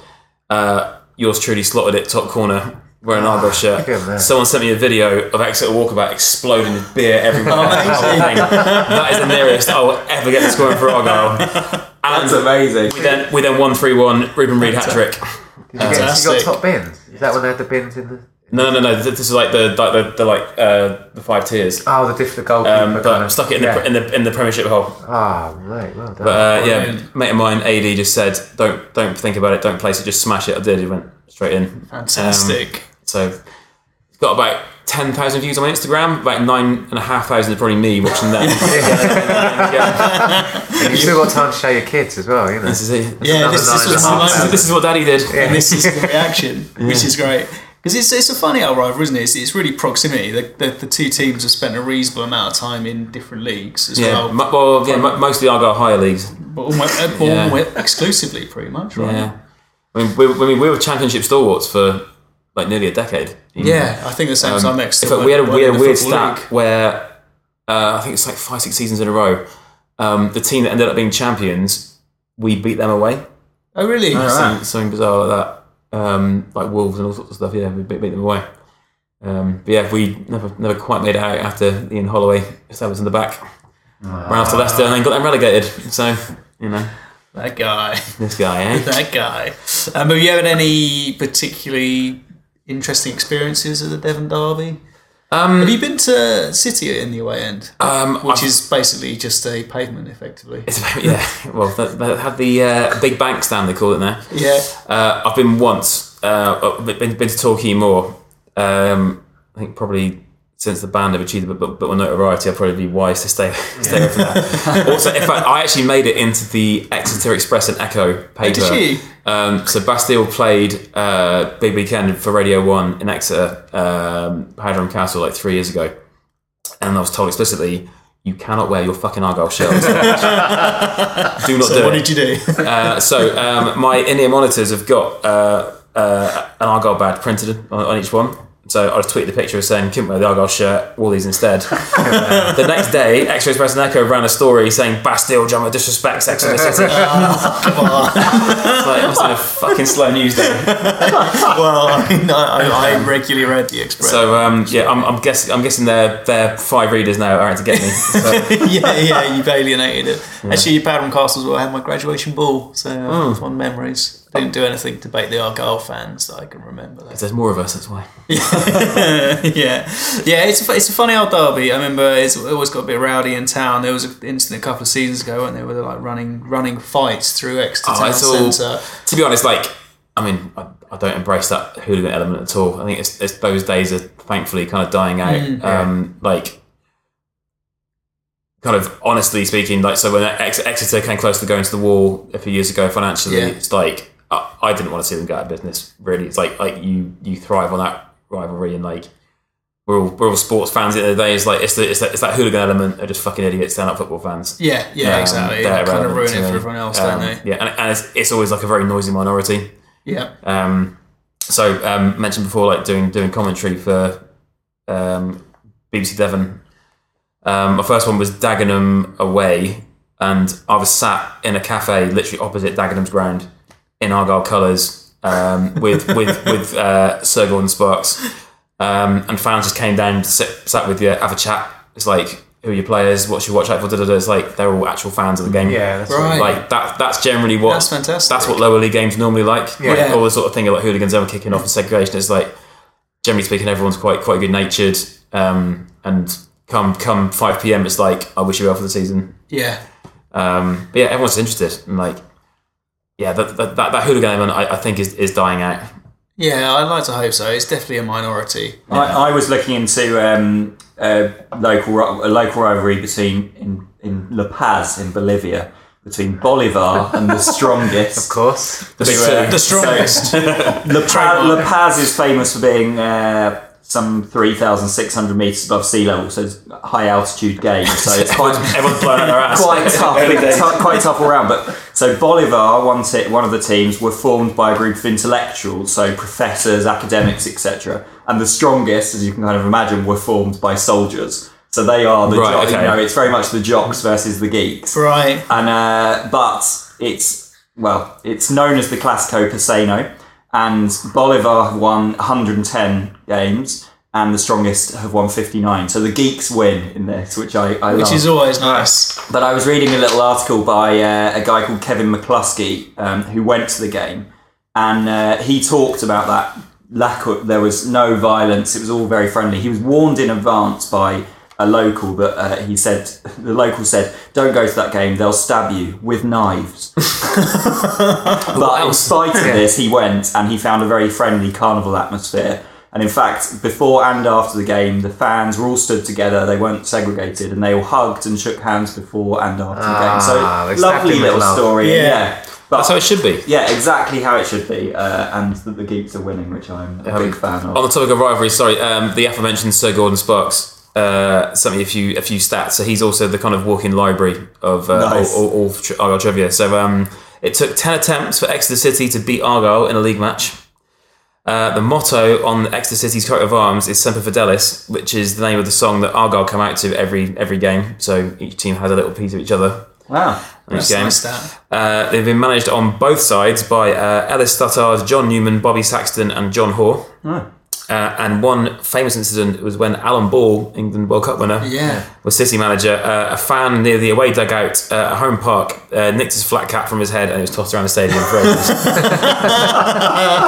Speaker 4: Uh, yours truly slotted it top corner. Wearing an Argyle
Speaker 2: good man.
Speaker 4: shirt. Someone sent me a video of Exeter Walkabout exploding with beer everywhere.
Speaker 1: amazing.
Speaker 4: that is the nearest I will ever get to scoring for Argyle. And
Speaker 3: That's amazing.
Speaker 4: then we then won three one. Ruben Reed hat trick.
Speaker 2: Did you, get, you got
Speaker 1: Fantastic.
Speaker 2: top bins? Is that when they had the bins in the?
Speaker 4: No, no, no, no. This is like the like the, the like uh, the five tiers.
Speaker 2: Oh, the different goalkeeper.
Speaker 4: Um, but
Speaker 2: kind
Speaker 4: I
Speaker 2: of-
Speaker 4: stuck it in the
Speaker 2: yeah.
Speaker 4: in the in the Premiership hole.
Speaker 2: Ah, right. Well done.
Speaker 4: Uh, yeah,
Speaker 1: Oh, Brilliant.
Speaker 4: mate of mine, AD, just said, "Don't don't think about it. Don't place it. Just smash it." I did. It went straight in. Um,
Speaker 1: Fantastic.
Speaker 4: so it's got about ten thousand views on my Instagram. About nine and a half thousand are probably me watching that. yeah, uh,
Speaker 2: And you still got time to show your kids as well, you know.
Speaker 4: this is it.
Speaker 1: yeah,
Speaker 2: another
Speaker 1: this, this
Speaker 2: nine
Speaker 1: was
Speaker 2: and a half
Speaker 1: the
Speaker 4: This
Speaker 1: moment,
Speaker 4: is- this is what Daddy did.
Speaker 1: and this is the reaction, which is great. Because it's, it's a funny old rival, isn't it? It's, it's really proximity. The, the, the two teams have spent a reasonable amount of time in different leagues as
Speaker 4: Yeah,
Speaker 1: well,
Speaker 4: mo- well, yeah, mo- mostly Argyle higher leagues.
Speaker 1: but almost, uh,
Speaker 4: Yeah.
Speaker 1: almost exclusively, pretty much, right?
Speaker 4: Yeah, I mean, we, I mean, we were championship stalwarts for like nearly a decade.
Speaker 1: Yeah, I think the same time next.
Speaker 4: um, In fact, we had a weird, weird stat where uh, I think it's like five, six seasons in a row. Um, the team that ended up being champions, we beat them away.
Speaker 1: Oh, really?
Speaker 4: Something, something bizarre like that, um, like Wolves and all sorts of stuff. Yeah, we beat, beat them away. Um, but yeah, we never, never quite made it out after Ian Holloway established in the back. Ran
Speaker 1: Ah.
Speaker 4: off to Leicester and then got them relegated. So you know,
Speaker 1: That guy.
Speaker 4: this guy, eh?
Speaker 1: That guy. Um, have you had any particularly interesting experiences at the Devon Derby? have you been to City in the away end,
Speaker 4: Um,
Speaker 1: which
Speaker 4: I've-
Speaker 1: is basically just a pavement, effectively?
Speaker 4: It's about, yeah, well, they, they have the uh, big bank stand, they call it now.
Speaker 1: Yeah.
Speaker 4: Uh, I've been once, uh, I've been, been to Torquay more. Um, I think probably since the band have achieved a bit, bit more notoriety, I'd probably be wise to stay, stay away from that. also, in fact, I actually made it into the Exeter Express and Echo paper.
Speaker 1: you?
Speaker 4: Um, so Bastille played uh, Big Weekend for Radio 1 in Exeter, um, Powderham Castle, like three years ago. And I was told explicitly, you cannot wear your fucking Argyle shirt. on stage." do not
Speaker 1: So
Speaker 4: do
Speaker 1: what
Speaker 4: it.
Speaker 1: did you do?
Speaker 4: Uh, so um, my in-ear monitors have got uh, uh, an Argyle badge printed on, on each one. So I just tweeted a picture of saying, couldn't wear the Argyle shirt, wore these instead. the next day, Extra Express and Echo ran a story saying, Bastille drummer disrespects Exeter City.
Speaker 1: Oh, Come on.
Speaker 4: like, it must have been a fucking slow news day.
Speaker 1: well, I, mean, I, I, I regularly read the Express.
Speaker 4: So um, yeah, I'm, I'm guessing I'm guessing their their five readers now are out to get me. So,
Speaker 1: yeah,
Speaker 4: Hmm.
Speaker 1: yeah, you've alienated it. Actually, Powderham Castle is where I had my graduation ball, so uh, fond memories. didn't do anything to bait the Argyle fans that I can remember. Though.
Speaker 4: There's more of us, that's why.
Speaker 1: yeah, yeah. It's a, it's a funny old derby. I remember it's always got a bit rowdy in town. There was an incident a couple of seasons ago, weren't there, where they're like running running fights through Exeter
Speaker 4: Oh,
Speaker 1: town
Speaker 4: it's all-
Speaker 1: centre.
Speaker 4: To be honest, like, I mean, I, I don't embrace that hooligan element at all. I think it's, it's those days are thankfully kind of dying out. um, like, kind of honestly speaking, like, so when Ex- Exeter came close to going to the wall a few years ago financially,
Speaker 1: Yeah.
Speaker 4: it's like, I, I didn't want to see them go out of business, really. It's like, like you, you thrive on that rivalry and, like, we're all, we're all sports fans at the end of the day. It's like it's, the, it's, that, it's that hooligan element of just fucking idiots, stand up football fans.
Speaker 1: Yeah, yeah,
Speaker 4: Um,
Speaker 1: exactly.
Speaker 4: they're
Speaker 1: They kind of
Speaker 4: relevant
Speaker 1: ruin
Speaker 4: to
Speaker 1: it
Speaker 4: me.
Speaker 1: for everyone else,
Speaker 4: Um,
Speaker 1: don't they?
Speaker 4: Yeah, and, and it's, it's always like a very noisy minority.
Speaker 1: Yeah,
Speaker 4: Um, so um, mentioned before, like doing doing commentary for um, BBC Devon. Um, my first one was Dagenham away, and I was sat in a cafe literally opposite Dagenham's ground in Argyle colours um, with with with uh, Sir Gordon Sparks, um, and fans just came down, sit, sat with you, have a chat. It's like who are your players? What should you watch out for? Da, da, da. It's like they're all actual fans of the game.
Speaker 2: Yeah, that's
Speaker 1: Right.
Speaker 4: Like that. That's generally what.
Speaker 1: That's fantastic.
Speaker 4: That's what lower league games normally like.
Speaker 2: Yeah.
Speaker 4: Like, all the sort of thing about hooligans ever kicking off and segregation is like, generally speaking, everyone's quite quite good natured. Um, and come come five pm, it's like I wish you well for the season.
Speaker 1: yeah.
Speaker 4: Um, but yeah, everyone's interested and like, yeah, that that, that, that hooligan element I, I think is, is dying out.
Speaker 1: Yeah, I'd like to hope so. It's definitely a minority.
Speaker 3: I, I was looking into um, a local ri- a local rivalry between in, in La Paz in Bolivia between Bolivar and the strongest. uh,
Speaker 2: Of course.
Speaker 4: The,
Speaker 1: The strongest.
Speaker 3: La Paz, La Paz is famous for being uh, some 3,600 metres above sea level, so it's a high altitude game. So it's quite,
Speaker 4: everyone's blowing out their ass.
Speaker 3: quite tough, tou- quite tough all round. But so Bolivar, one, t- one of the teams, were formed by a group of intellectuals, so professors, academics, etc. And the strongest, as you can kind of imagine, were formed by soldiers. So they are the
Speaker 4: Right,
Speaker 3: jocks.
Speaker 4: okay.
Speaker 3: You know, it's very much the jocks versus the geeks.
Speaker 1: right.
Speaker 3: And uh, but it's well, it's known as the Classico Paseno, and Bolivar have won 110 games, and the strongest have won 59. So the geeks win in this, which I, I
Speaker 1: Which
Speaker 3: love.
Speaker 1: is always nice.
Speaker 3: But I was reading a little article by uh, a guy called Kevin McCluskey, um, who went to the game, and uh, he talked about that lack of there was no violence. It was all very friendly. He was warned in advance by a local that uh, he said the local said, "Don't go to that game. They'll stab you with knives." but in spite of this, he went and he found a very friendly carnival atmosphere. And in fact, before and after the game, the fans were all stood together. They weren't segregated, and they all hugged and shook hands before and after
Speaker 2: Ah,
Speaker 3: the
Speaker 2: they
Speaker 3: game. So
Speaker 2: slapped
Speaker 3: lovely
Speaker 2: him with
Speaker 3: little
Speaker 2: love.
Speaker 3: story.
Speaker 1: Yeah.
Speaker 3: Yeah, but
Speaker 4: That's how it should be.
Speaker 3: yeah, exactly how it should be. Uh, and that the geeks are winning, which I'm a big fan
Speaker 4: On
Speaker 3: of.
Speaker 4: the topic of rivalry, sorry, um, the aforementioned Sir Gordon Sparks uh, sent me a few a few stats. So he's also the kind of walking library of uh,
Speaker 3: Nice.
Speaker 4: all, all, all tri- Argyle trivia. So um, it took ten attempts for Exeter City to beat Argyle in a league match. Uh, the motto on Exeter City's coat of arms is Semper Fidelis, which is the name of the song that Argyle come out to every every game. So each team has a little piece of each other.
Speaker 3: Wow.
Speaker 4: in each
Speaker 1: That's
Speaker 4: game.
Speaker 1: nice that.
Speaker 4: Uh, they've been managed on both sides by uh, Ellis Stuttard, John Newman, Bobby Saxton, and John Hoare. Uh, and one famous incident was when Alan Ball, England World Cup winner,
Speaker 1: Yeah.
Speaker 4: was City manager. Uh, a fan near the away dugout at a home park uh, nicked his flat cap from his head and it was tossed around the stadium for ages.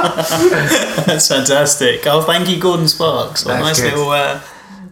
Speaker 1: That's fantastic. Oh, thank you, Gordon Sparks. Well,
Speaker 2: That's
Speaker 1: nice
Speaker 2: good.
Speaker 1: little, uh,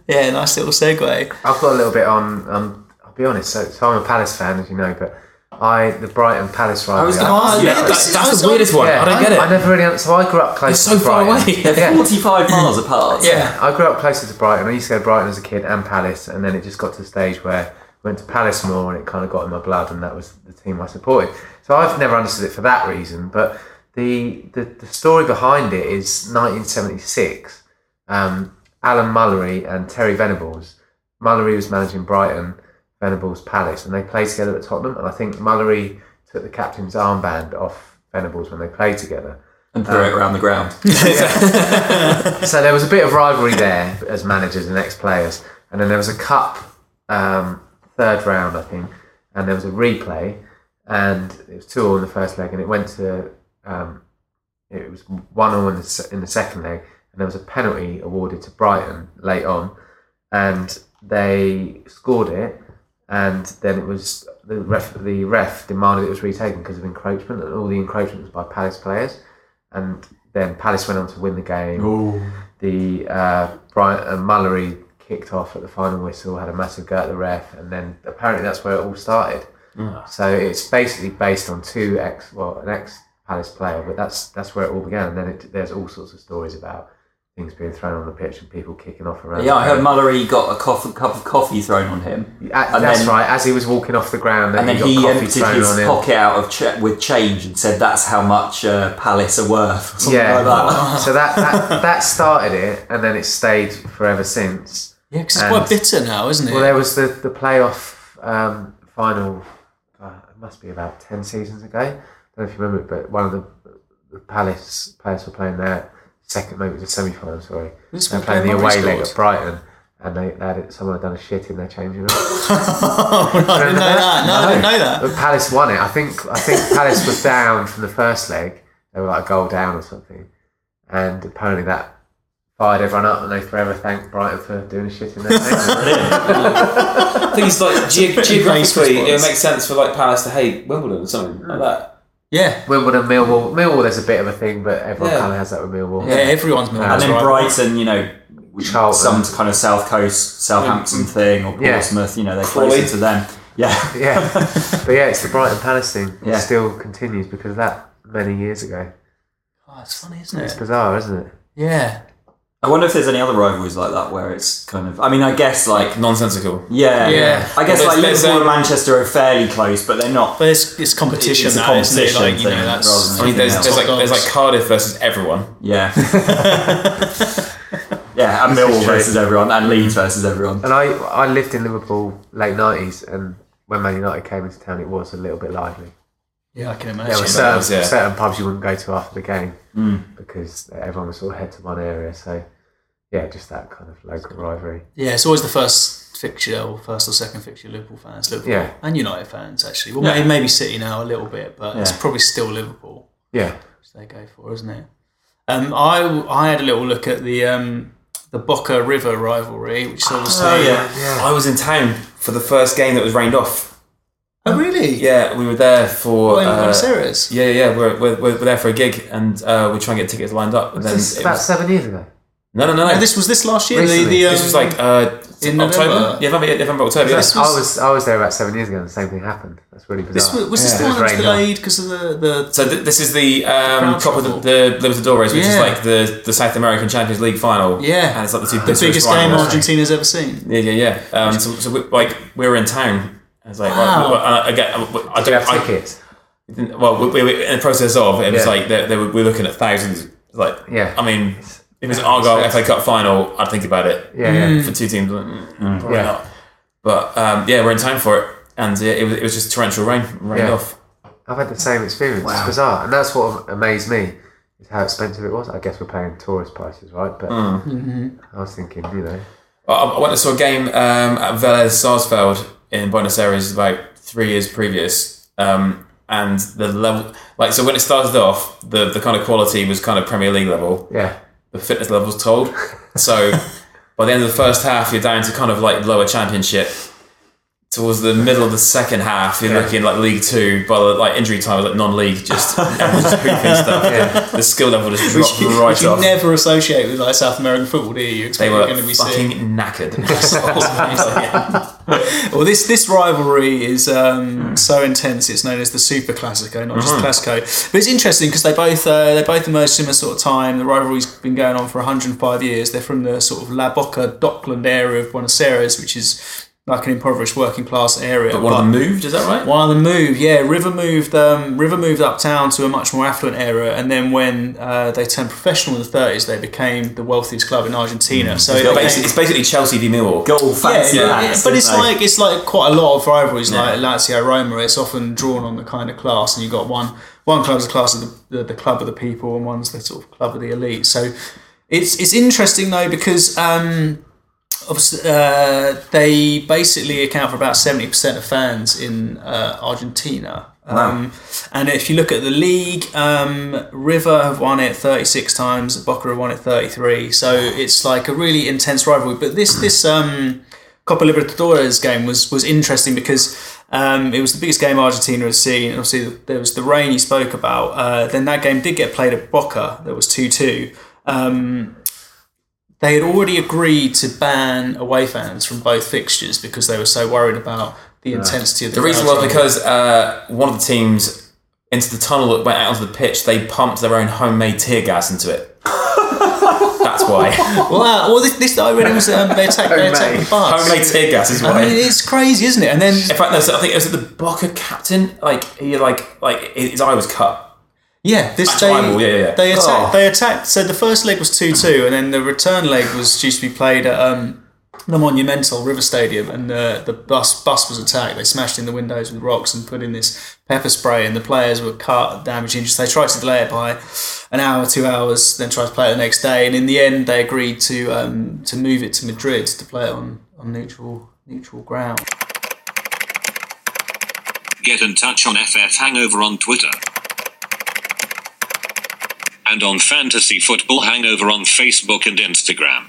Speaker 1: yeah, nice little segue.
Speaker 2: I've got a little bit on. Um, I'll be honest. So, so I'm a Palace fan, as you know, but I the Brighton Palace rivalry.
Speaker 3: was
Speaker 2: I-
Speaker 3: the-
Speaker 1: Oh,
Speaker 3: Yeah,
Speaker 1: this
Speaker 4: that's,
Speaker 1: is-
Speaker 4: that's the
Speaker 1: I-
Speaker 4: weirdest one.
Speaker 2: yeah,
Speaker 4: I don't get it.
Speaker 2: I never really. So I grew up close.
Speaker 4: it's so
Speaker 2: to
Speaker 4: far
Speaker 2: Brighton.
Speaker 4: away.
Speaker 3: They're
Speaker 2: Yeah.
Speaker 3: 45 miles apart.
Speaker 1: Yeah.
Speaker 2: I grew up closer to Brighton. I used to go to Brighton as a kid and Palace, and then it just got to the stage where I went to Palace more, and it kind of got in my blood, and that was the team I supported. So I've never understood it for that reason. But the the, the story behind it is 1976. Um, Alan Mullery and Terry Venables. Mullery was managing Brighton, Venables Palace, and they played together at Tottenham. And I think Mullery took the captain's armband off Venables when they played together.
Speaker 3: And throw it around the ground.
Speaker 2: So there was a bit of rivalry there as managers and ex-players, and then there was a cup um, third round, I think, and there was a replay, and it was two all in the first leg, and it went to um, it was one all in the, se- in the second leg, and there was a penalty awarded to Brighton late on, and they scored it, and then it was the ref. The ref demanded it was retaken because of encroachment, and all the encroachment was by Palace players. And then Palace went on to win the game. The uh, Brian uh, Mallory kicked off at the final whistle, had a massive go at the ref, and then apparently that's where it all started.
Speaker 3: Ah.
Speaker 2: So it's basically based on two ex, well, an ex Palace player, but that's that's where it all began. And then it, there's all sorts of stories about things being thrown on the pitch and people kicking off around.
Speaker 3: Yeah, I
Speaker 2: the
Speaker 3: heard Mallory got a cof- cup of coffee thrown on him.
Speaker 2: a-
Speaker 3: and
Speaker 2: that's
Speaker 3: then-
Speaker 2: right. As he was walking off the ground,
Speaker 3: And then
Speaker 2: got
Speaker 3: he,
Speaker 2: coffee
Speaker 3: emptied
Speaker 2: thrown
Speaker 3: his
Speaker 2: on him.
Speaker 3: pocket out of ch- with change and said, "That's how much uh, Palace are worth." Or something
Speaker 2: Yeah.
Speaker 3: like that.
Speaker 2: So that, that that started it, and then it stayed forever since.
Speaker 1: Yeah, because it's
Speaker 2: And-
Speaker 1: quite bitter now, isn't it?
Speaker 2: Well, there was the the playoff um, final. Uh, it must be about ten seasons ago. I don't know if you remember, it, but one of the, the Palace players were playing their second, maybe it was a semi final. Sorry,
Speaker 1: This
Speaker 2: they were
Speaker 1: one
Speaker 2: playing the
Speaker 1: Murray
Speaker 2: away leg
Speaker 1: scored.
Speaker 2: at Brighton, and they, they had someone had done a shit in their changing room.
Speaker 1: oh, no, I didn't know that. No, I didn't know that.
Speaker 2: But Palace won it. I think I think Palace was down from the first leg. They were like a goal down or something. And apparently that fired everyone up and they forever thanked Brighton for doing a shit in their game.
Speaker 4: I think it's like ge-
Speaker 1: pretty
Speaker 4: geographically,
Speaker 1: nice
Speaker 4: it
Speaker 1: response.
Speaker 4: makes sense for like Palace to hate Wimbledon or something like that.
Speaker 1: Yeah.
Speaker 2: Wimbledon, Millwall. Millwall, there's a bit of a thing, but everyone
Speaker 4: Yeah.
Speaker 2: kind of has that with Millwall.
Speaker 1: Yeah, everyone's moving.
Speaker 3: And then
Speaker 1: right.
Speaker 3: Brighton, you know, we-
Speaker 2: Charlton.
Speaker 3: some kind of South Coast, Southampton thing, or
Speaker 2: Yeah.
Speaker 3: Portsmouth. You know, they're
Speaker 4: Crawley.
Speaker 3: closer to them. Yeah,
Speaker 2: Yeah. but yeah, it's the Brighton Palace thing. It
Speaker 3: Yeah.
Speaker 2: still continues because of that many years ago.
Speaker 1: Oh, it's funny, isn't
Speaker 2: It's
Speaker 1: it?
Speaker 2: bizarre, isn't it?
Speaker 1: Yeah.
Speaker 3: I wonder if there's any other rivalries like that where it's kind of. I mean, I guess like.
Speaker 4: Nonsensical.
Speaker 3: Yeah,
Speaker 1: Yeah.
Speaker 3: I guess
Speaker 4: There's-
Speaker 3: like
Speaker 4: there's,
Speaker 3: Liverpool
Speaker 4: um,
Speaker 3: and Manchester are fairly close, but they're not.
Speaker 1: But it's, it's competition
Speaker 3: It's a
Speaker 1: now, isn't it? Like, you
Speaker 3: competition
Speaker 1: know,
Speaker 3: thing
Speaker 1: that's...
Speaker 3: rather
Speaker 4: I mean, there's, there's like
Speaker 1: Top
Speaker 4: there's like
Speaker 1: dogs.
Speaker 4: Cardiff versus everyone.
Speaker 3: Yeah. yeah, and Millwall
Speaker 2: true. Oh,
Speaker 3: versus everyone, and Leeds versus everyone.
Speaker 2: And I, I lived in Liverpool late 90s and when Man United came into town, it was a little bit lively.
Speaker 1: Yeah, I can
Speaker 2: There
Speaker 1: imagine.
Speaker 2: were
Speaker 4: that
Speaker 2: certain,
Speaker 4: was, yeah. Hmm.
Speaker 2: certain pubs you wouldn't go to after the game because everyone was sort of head to one area. So, yeah, just that kind of local rivalry.
Speaker 1: Yeah, it's always the first fixture or first or second fixture Liverpool fans, Liverpool
Speaker 2: Yeah.
Speaker 1: and United fans actually. Well,
Speaker 3: Yeah.
Speaker 1: may maybe City now a little bit, but it's
Speaker 3: Yeah.
Speaker 1: probably still Liverpool
Speaker 2: Yeah.
Speaker 1: which they go for, isn't it? Um, I I had a little look at the um, the Boca River rivalry, which is obviously
Speaker 3: Oh,
Speaker 4: Oh, I was in town for the first game that was rained off.
Speaker 1: oh really
Speaker 4: Yeah, we were there for.
Speaker 1: Oh, in Buenos
Speaker 4: uh,
Speaker 1: Aires.
Speaker 4: yeah, yeah, we're, we're, we're we're there for a gig and uh, we're trying to get tickets lined up. And then
Speaker 2: This is
Speaker 4: it
Speaker 2: about
Speaker 4: was,
Speaker 2: seven years ago.
Speaker 4: no, no, no, no.
Speaker 1: And this was this last year. The,
Speaker 2: Recently.
Speaker 1: the, um,
Speaker 4: This was like uh,
Speaker 1: in
Speaker 4: October.
Speaker 1: November.
Speaker 4: Yeah, November, yeah, November, October. Yeah.
Speaker 1: This
Speaker 2: I
Speaker 1: was-
Speaker 2: was I was there about seven years ago and the same thing happened. That's really bizarre.
Speaker 1: this was, was this
Speaker 4: Yeah.
Speaker 1: the one
Speaker 2: It
Speaker 1: that
Speaker 2: was
Speaker 1: was
Speaker 2: rained on.
Speaker 1: delayed because of the the
Speaker 4: So th- this is the um,
Speaker 1: Crown
Speaker 4: Copa
Speaker 1: Trouble.
Speaker 4: the, the Libertadores, which is
Speaker 1: Yeah.
Speaker 4: like the, the South American Champions League final.
Speaker 1: Yeah.
Speaker 4: and it's like the two
Speaker 1: the biggest game Argentina's ever seen.
Speaker 4: Yeah, yeah, yeah. Um, so, so we, like we were in town. I was like,
Speaker 1: Wow.
Speaker 4: right, well, I, I, get, I, I
Speaker 2: Do you have
Speaker 4: don't. I,
Speaker 2: tickets?
Speaker 4: didn't- well, we, we were in the process of it was
Speaker 2: Yeah.
Speaker 4: like they, they were, we were looking at thousands. Like,
Speaker 2: Yeah.
Speaker 4: I mean, if it's Argyle FA Cup final, I'd think about it.
Speaker 2: Yeah, yeah.
Speaker 4: for two teams, like, mm, mm, probably
Speaker 2: Yeah.
Speaker 4: not. But um, yeah, we're in time for it, and yeah, it was, it was just torrential rain, rained
Speaker 2: Yeah.
Speaker 4: off.
Speaker 2: I've had the same experience. It's bizarre, and that's what amazed me is how expensive it was. I guess we're paying tourist prices, right? But
Speaker 4: Mm.
Speaker 2: I was thinking, you know,
Speaker 4: I, I went and saw a game um, at Vélez Sarsfield in Buenos Aires about three years previous, um, and the level, like, so when it started off, the, the kind of quality was kind of Premier League level,
Speaker 2: yeah,
Speaker 4: the fitness level's told. So by the end of the first half, you're down to kind of like lower championship. Towards the middle of the second half, you're
Speaker 2: Yeah.
Speaker 4: looking like League Two, but like injury time was like non-league, just everyone's just hooping stuff.
Speaker 2: Yeah.
Speaker 4: The skill level just
Speaker 1: Which,
Speaker 4: dropped
Speaker 1: you-
Speaker 4: right
Speaker 1: which you
Speaker 4: off.
Speaker 1: never associate with like South American football, do you? You
Speaker 4: they
Speaker 1: expect
Speaker 4: were
Speaker 1: you're going to be seeing
Speaker 4: fucking knackered.
Speaker 1: Well, this this rivalry is um, so intense. It's known as the Super Classico, not just
Speaker 4: Mm-hmm.
Speaker 1: Classico. But it's interesting because they both uh, they both emerged similar sort of time. The rivalry's been going on for 105 years. They're from the sort of La Boca Dockland area of Buenos Aires, which is like an impoverished working class area.
Speaker 4: But one of them moved, is that right?
Speaker 1: One of them moved, yeah. River moved. Um, River moved uptown to a much more affluent area, and then when uh, they turned professional in the thirties, they became the wealthiest club in Argentina. So it
Speaker 4: Mm. It's
Speaker 1: became-
Speaker 4: basically, it's basically Chelsea v Millwall.
Speaker 3: Goal fancy
Speaker 1: yeah,
Speaker 3: lads,
Speaker 1: yeah, but it's
Speaker 3: didn't they?
Speaker 1: like it's like quite a lot of rivalries like Lazio Roma. It's often drawn on the kind of class, and you've got one one club's the class of the, the, the club of the people, and one's the sort of club of the elite. So it's it's interesting though because um, obviously uh, they basically account for about seventy percent of fans in uh, Argentina. Um, and if you look at the league, um, River have won it 36 times, Boca have won it 33. So it's like a really intense rivalry. But this this um, Copa Libertadores game was was interesting because um, it was the biggest game Argentina had seen. And obviously, there was the rain you spoke about. Uh, then that game did get played at Boca. That was two two. Um, they had already agreed to ban away fans from both fixtures because they were so worried about the intensity of the.
Speaker 4: The reason was because uh, one of the teams into the tunnel that went out onto the pitch, they pumped their own homemade tear gas into it. That's why
Speaker 1: wow, well, this, this I read it was um, they attacked they attacked the
Speaker 2: Homemade.
Speaker 1: bus.
Speaker 4: homemade tear gas is
Speaker 1: I
Speaker 4: why.
Speaker 1: mean, it's crazy, isn't it? And then
Speaker 4: In fact, no. So I think it was the Boca captain. Like he, like, like his eye was cut.
Speaker 1: Yeah, this
Speaker 4: That's
Speaker 1: they,
Speaker 4: libel, yeah, yeah.
Speaker 1: they attacked.
Speaker 4: Oh.
Speaker 1: They attacked. So the first leg was two two, and then the return leg was due to be played at um, the Monumental River Stadium, and uh, the bus bus was attacked. They smashed in the windows with rocks and put in this pepper spray, and the players were cut, damaged, injured. They tried to delay it by an hour, two hours, then tried to play it the next day, and in the end, they agreed to um, to move it to Madrid to play it on on neutral neutral ground.
Speaker 5: Get in touch on FF Hangover on Twitter. And on Fantasy Football Hangover on Facebook and Instagram.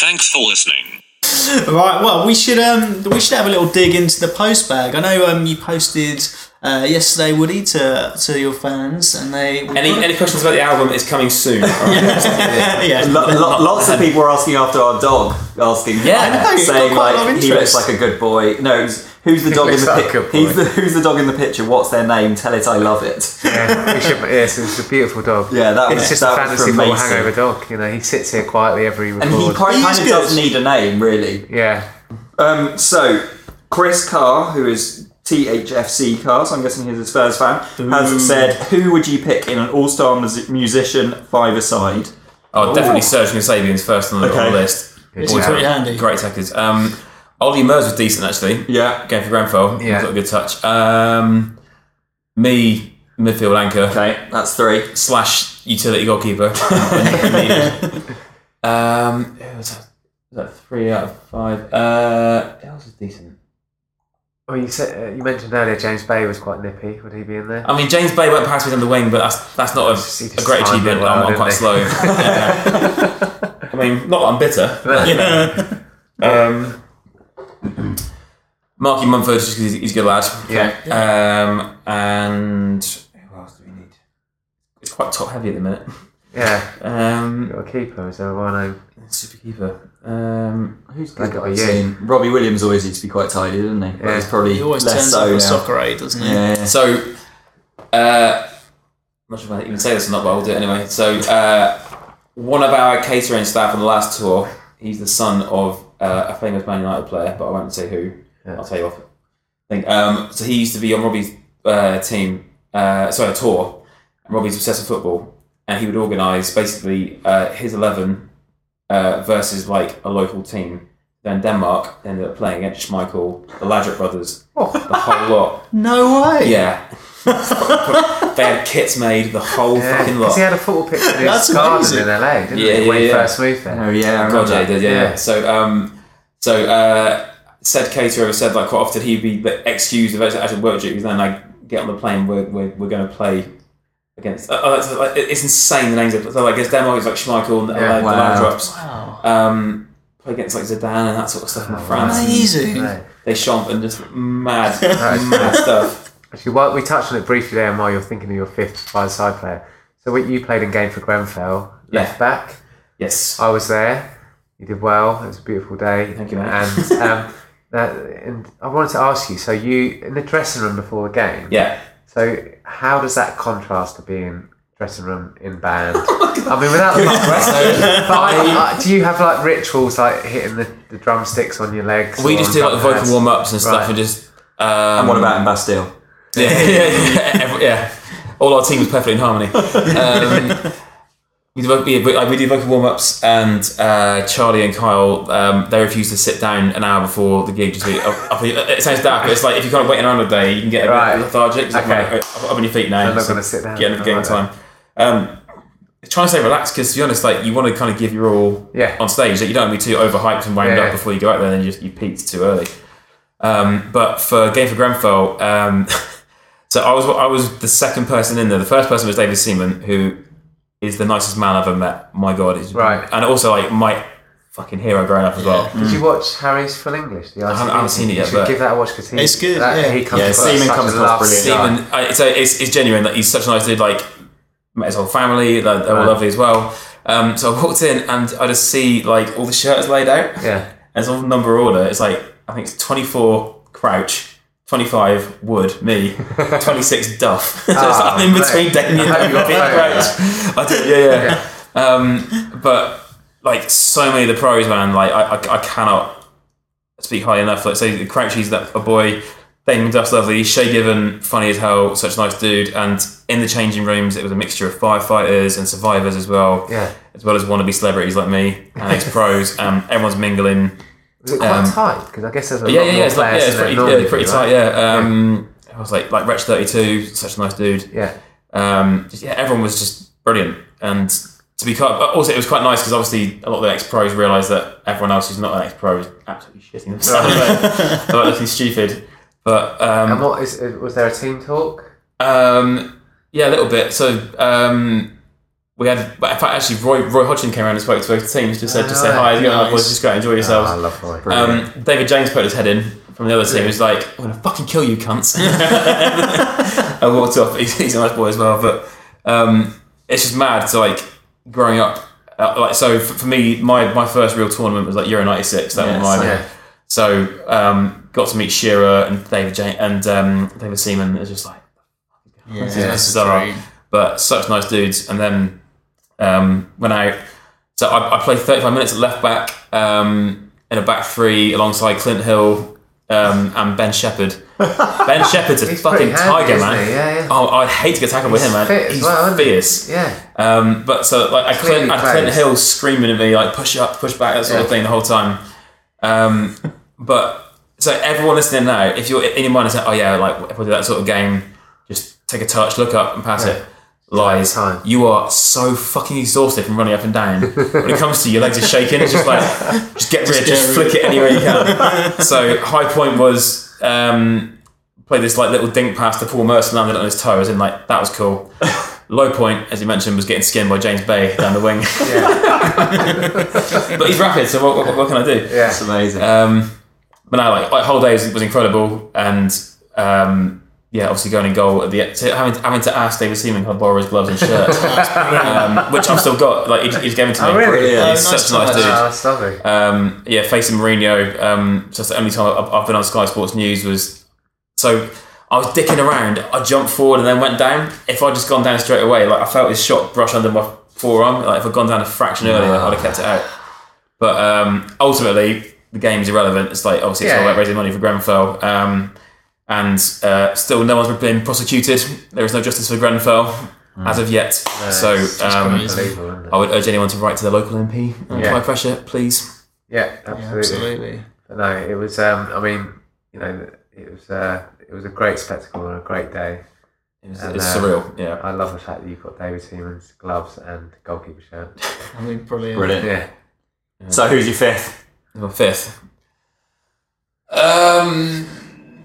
Speaker 5: Thanks for listening.
Speaker 1: Right. Well, we should um we should have a little dig into the post bag. I know um you posted uh, yesterday, Woody, to to your fans, and they
Speaker 4: Any any questions about the album? It's coming soon. All right.
Speaker 1: yeah.
Speaker 3: Lo- lo- lots of people were asking after our dog, asking,
Speaker 4: Yeah.
Speaker 1: I know, it's
Speaker 3: saying
Speaker 1: got quite a lot
Speaker 3: like
Speaker 1: of
Speaker 3: he looks
Speaker 1: interest.
Speaker 3: like a good boy. No, he's- who's the dog in
Speaker 2: looks
Speaker 3: the
Speaker 2: like a good
Speaker 3: picture?
Speaker 2: boy.
Speaker 3: He's the, who's the dog in the picture? What's their name? Tell it I love it.
Speaker 2: Yeah, we should, yes, it's a beautiful dog.
Speaker 3: Yeah, that
Speaker 2: it's
Speaker 3: was-
Speaker 2: just
Speaker 3: that
Speaker 2: a
Speaker 3: was
Speaker 2: fantasy
Speaker 3: from
Speaker 2: football
Speaker 3: Mason.
Speaker 2: hangover dog. You know, he sits here quietly every record.
Speaker 3: And he quite
Speaker 1: He's
Speaker 3: kind of
Speaker 1: good.
Speaker 3: does need a name, really.
Speaker 2: yeah,
Speaker 3: Um, so Chris Carr, who is THFC Carr, so I'm guessing he's a Spurs fan, has said, "Who would you pick in an all-star mus- musician five-a-side?"
Speaker 4: Oh, definitely Serge Nusabian's first on the, on the
Speaker 3: Okay.
Speaker 4: list.
Speaker 1: Which is pretty handy.
Speaker 4: Great tackers. Um, Ollie Murs was decent actually.
Speaker 3: Yeah.
Speaker 4: Going for Grenfell.
Speaker 2: Yeah.
Speaker 4: He's got a good touch. Um, me, midfield anchor
Speaker 3: Okay, that's three.
Speaker 4: slash utility goalkeeper. when- when needed. um, who was that? Was that three out of five? Uh, who else was decent?
Speaker 2: Well, you said uh, you mentioned earlier James Bay was quite nippy. Would he be in there?
Speaker 4: I mean, James Bay went past me down the wing, but that's that's not
Speaker 2: He
Speaker 4: a,
Speaker 2: just
Speaker 4: a great
Speaker 2: timed
Speaker 4: achievement.
Speaker 2: it well,
Speaker 4: I'm, I'm
Speaker 2: didn't
Speaker 4: quite
Speaker 2: he?
Speaker 4: slow. Yeah. I mean, not that I'm bitter. but, you know. um, Marky Mumford, just 'cause he's, he's a good lad.
Speaker 2: Yeah.
Speaker 4: Um, and who else do we need? It's quite top heavy at the minute.
Speaker 2: Yeah,
Speaker 4: Um,
Speaker 2: got a keeper. Is there one? I-
Speaker 4: super keeper. Um,
Speaker 3: Who's
Speaker 2: I
Speaker 3: good
Speaker 2: got
Speaker 3: at
Speaker 2: you.
Speaker 3: singing? Robbie Williams always used to be quite tidy, didn't he? But
Speaker 2: Yeah.
Speaker 3: he's probably
Speaker 1: He always
Speaker 3: less
Speaker 1: turns
Speaker 3: so
Speaker 1: up
Speaker 3: now.
Speaker 1: with soccer aid, doesn't he?
Speaker 3: Yeah, yeah.
Speaker 4: So, uh, I'm not sure if I even say this or not, but I'll do it anyway. So, uh, one of our catering staff on the last tour, he's the son of uh, a famous Man United player, but I won't say who. I'll tell you off. Think. Um, so he used to be on Robbie's uh, team, uh, sorry, a tour. And Robbie's obsessed with football, and he would organise basically uh, his eleven uh, versus like a local team. Then Denmark they ended up playing against Schmeichel, the Ladrick brothers, the whole lot.
Speaker 1: No way.
Speaker 4: Yeah. they had kits made, the whole
Speaker 2: Yeah,
Speaker 4: fucking
Speaker 2: 'cause
Speaker 4: lot.
Speaker 2: he had a football pitch in his
Speaker 1: That's
Speaker 2: garden
Speaker 1: amazing.
Speaker 2: in LA, didn't
Speaker 4: Yeah,
Speaker 2: he?
Speaker 4: yeah,
Speaker 2: when he
Speaker 4: yeah.
Speaker 2: first moved there.
Speaker 3: Oh yeah, I
Speaker 4: God,
Speaker 3: remember
Speaker 4: yeah, he did, yeah,
Speaker 2: Yeah.
Speaker 4: yeah. So, um, so uh, said caterer said like quite often he'd be like, excused if I actually work duties, and then I get on the plane. We're we're, we're going to play against. Uh, uh, it's, like, it's insane the names. Of, so like against Denmark, it's like Schmeichel and uh,
Speaker 2: Yeah,
Speaker 4: the
Speaker 3: wow.
Speaker 4: Landrops.
Speaker 1: Wow.
Speaker 4: Um, play against like Zidane and that sort of stuff in France.
Speaker 1: Amazing.
Speaker 2: Right.
Speaker 4: They chomp and just mad,
Speaker 2: Right.
Speaker 4: mad stuff.
Speaker 2: Actually, while we touched on it briefly there, and while you're thinking of your fifth five-side player, so what you played in game for Grenfell,
Speaker 4: Yeah.
Speaker 2: left back.
Speaker 4: Yes.
Speaker 2: I was there. You did well. It was a beautiful day.
Speaker 4: Thank you, mate.
Speaker 2: And um, that, and I wanted to ask you. So you in the dressing room before a game.
Speaker 4: Yeah.
Speaker 2: So how does that contrast to being dressing room in band?
Speaker 4: Oh
Speaker 2: I mean, without the but I, I, do you have like rituals like hitting the, the drumsticks on your legs?
Speaker 4: We
Speaker 2: or
Speaker 4: just
Speaker 2: on
Speaker 4: do like the
Speaker 2: drum
Speaker 4: vocal
Speaker 2: pads?
Speaker 4: warm ups and stuff,
Speaker 2: Right.
Speaker 4: and just. Um,
Speaker 3: And what about in Bastille?
Speaker 4: Yeah, yeah, yeah. Every- yeah. All our team was perfectly in harmony. Um, we did, voc- yeah, we, uh, we did vocal warm ups, and uh, Charlie and Kyle um, they refused to sit down an hour before the gig. Just be, up, up, it sounds dark, but it's like if you're kind of waiting around all day, you can get a bit
Speaker 2: Right.
Speaker 4: lethargic. It's like,
Speaker 2: Okay.
Speaker 4: right, up, up on your feet now.
Speaker 2: I'm not
Speaker 4: so
Speaker 2: gonna sit down.
Speaker 4: Get another
Speaker 2: I
Speaker 4: game
Speaker 2: like
Speaker 4: time. Um, trying to stay relaxed because to be honest, like you want to kind of give your all
Speaker 2: Yeah.
Speaker 4: on stage. Like you don't want to be too overhyped and wound
Speaker 2: Yeah.
Speaker 4: up before you go out there, and then you just you peaked too early. Um, but for game for Grenfell, um, so I was I was the second person in there. The first person was David Seaman, who is the nicest man I've ever met. My God, he's
Speaker 2: Right.
Speaker 4: And also like my fucking hero growing up as well.
Speaker 2: Did you watch Harry's Full English? The
Speaker 4: haven't- Mm. I haven't seen it yet,
Speaker 2: You should
Speaker 4: but-
Speaker 2: give that a watch because
Speaker 1: It's good, yeah.
Speaker 2: He comes
Speaker 3: Yeah,
Speaker 2: across
Speaker 3: Seaman
Speaker 2: such
Speaker 3: comes
Speaker 2: a
Speaker 3: across
Speaker 2: lovely
Speaker 3: brilliant.
Speaker 2: guy.
Speaker 4: Stephen, I, so it's, it's genuine. Like he's such a nice dude. Like met his whole family. Like they're all
Speaker 2: Right.
Speaker 4: lovely as well. Um, so I walked in and I just see like all the shirts laid out.
Speaker 2: Yeah.
Speaker 4: And it's all number order. It's like I think it's twenty four Crouch, twenty five Wood, me, twenty six Duff. so it's like
Speaker 2: Oh,
Speaker 4: I'm in
Speaker 2: mate.
Speaker 4: between Damien
Speaker 2: I hope
Speaker 4: and
Speaker 2: you got
Speaker 4: Crouch. I did, yeah, yeah. Um, but like so many of the pros, man. Like I, I, I cannot speak highly enough. Like so, Crouchy's that a boy. Damon Duff's lovely. Shay Given, funny as hell, such a nice dude. And in the changing rooms, it was a mixture of firefighters and survivors as well.
Speaker 2: Yeah.
Speaker 4: As well as wannabe celebrities like me and ex-pros. um, everyone's mingling.
Speaker 2: Is it quite
Speaker 4: Um,
Speaker 2: tight? Because I guess there's a
Speaker 4: Yeah,
Speaker 2: lot
Speaker 4: yeah,
Speaker 2: more
Speaker 4: yeah. It's like,
Speaker 2: players
Speaker 4: yeah, it's
Speaker 2: than
Speaker 4: pretty,
Speaker 2: there
Speaker 4: yeah,
Speaker 2: normally
Speaker 4: pretty
Speaker 2: be,
Speaker 4: tight.
Speaker 2: right?
Speaker 4: Yeah. Um, I was like, like Wretch Thirty Two, such a nice dude
Speaker 2: Yeah.
Speaker 4: um, just, yeah, everyone was just brilliant. And to be quite, but also it was quite nice because obviously a lot of the ex pros realised that everyone else who's not an ex pro is absolutely shitting themselves about about looking stupid. But
Speaker 2: And
Speaker 4: um,
Speaker 2: what is? Was there a team talk?
Speaker 4: um, yeah, a little bit. So um, we had, but in fact, actually, Roy Roy Hodgson came around and spoke to both teams. Just said, just say hi, you know,
Speaker 1: Nice.
Speaker 4: boys, just go out and enjoy yourselves.
Speaker 2: Ah, I love Roy.
Speaker 4: Um, David James put his head in from the other team. He was like, I'm going to fucking kill you, cunts. I walked off. He's, he's a nice boy as well. But um, it's just mad to like growing up. Uh, like So for, for me, my, my first real tournament was like Euro 96. That
Speaker 3: Yeah,
Speaker 4: was my.
Speaker 2: same.
Speaker 4: So um, got to meet Shearer and David James and um, David Seaman. It's just like,
Speaker 1: Yeah,
Speaker 4: is
Speaker 1: that's
Speaker 4: bizarre.
Speaker 1: a dream.
Speaker 4: but such nice dudes. And then um, went out. So I, I played 35 minutes at left back um, in a back three alongside Clint Hill um, and Ben Shepherd. Ben Shepherd's a
Speaker 2: He's
Speaker 4: fucking
Speaker 2: pretty handy,
Speaker 4: tiger,
Speaker 2: isn't
Speaker 4: man.
Speaker 2: he? Yeah, yeah.
Speaker 4: Oh, I'd hate to get tackled with him, man.
Speaker 2: fit as
Speaker 4: He's
Speaker 2: well, isn't he?
Speaker 4: fierce.
Speaker 2: Yeah.
Speaker 4: Um, but so like I
Speaker 2: Clearly
Speaker 4: Clint, I Clint
Speaker 2: plays.
Speaker 4: Hill screaming at me like push up, push back, that sort of
Speaker 2: Yeah.
Speaker 4: thing the whole time. Um, but so everyone listening now, if you're in your mind and say, oh yeah, like if I do that sort of game, just take a touch, look up, and pass it. Lies.
Speaker 2: Time.
Speaker 4: You are so fucking exhausted from running up and down. When it comes to you, your legs are shaking. It's just like just get rid, just,
Speaker 1: get rid.
Speaker 4: flick it anywhere you can. so high point was. Um, played this like little dink pass to Paul Merson, landed it on his toe. As in, like that was cool. Low point, as you mentioned, was getting skinned by James Bay down the wing. but he's rapid, so what, what, what can I do?
Speaker 2: Yeah.
Speaker 3: That's amazing.
Speaker 4: Um, but no, like, like whole day was, was incredible, and um, yeah, obviously going in goal at the end, to, having, having to ask David Seaman to borrow his gloves and shirt, um, which I've still got. Like he, just- he just gave it to me.
Speaker 2: Oh, really?
Speaker 4: Yeah,
Speaker 1: Oh,
Speaker 4: he's
Speaker 1: nice
Speaker 4: such a nice
Speaker 1: touch.
Speaker 4: dude.
Speaker 2: Ah, sorry.
Speaker 4: Um, yeah, facing Mourinho. Um, so that's the only time I've, I've been on Sky Sports News was so I was dicking around. I jumped forward and then went down. If I'd just gone down straight away, like I felt his shot brush under my forearm. Like if I'd gone down a fraction earlier, I'd have kept it out. But um, ultimately, the game's irrelevant. It's like obviously it's all
Speaker 2: Yeah.
Speaker 4: about raising money for Grenfell. Um, and uh, still, no one's been prosecuted. There is no justice for Grenfell as of yet.
Speaker 2: it's
Speaker 4: so um,
Speaker 1: crazy.
Speaker 2: Unbelievable, isn't it?
Speaker 4: I would urge anyone to write to their local MP and
Speaker 2: Yeah.
Speaker 4: apply pressure, please.
Speaker 2: Yeah, absolutely.
Speaker 1: Absolutely.
Speaker 2: But no, it was. Um, I mean, you know, it was. Uh, it was a great spectacle and a great day.
Speaker 4: It was,
Speaker 2: And,
Speaker 4: it's
Speaker 2: uh,
Speaker 4: surreal, yeah.
Speaker 2: I love the fact that you've got David Seaman's gloves and goalkeeper shirt.
Speaker 1: I mean, brilliant.
Speaker 3: Brilliant.
Speaker 2: Yeah.
Speaker 3: So who's your fifth?
Speaker 4: Number fifth. Um,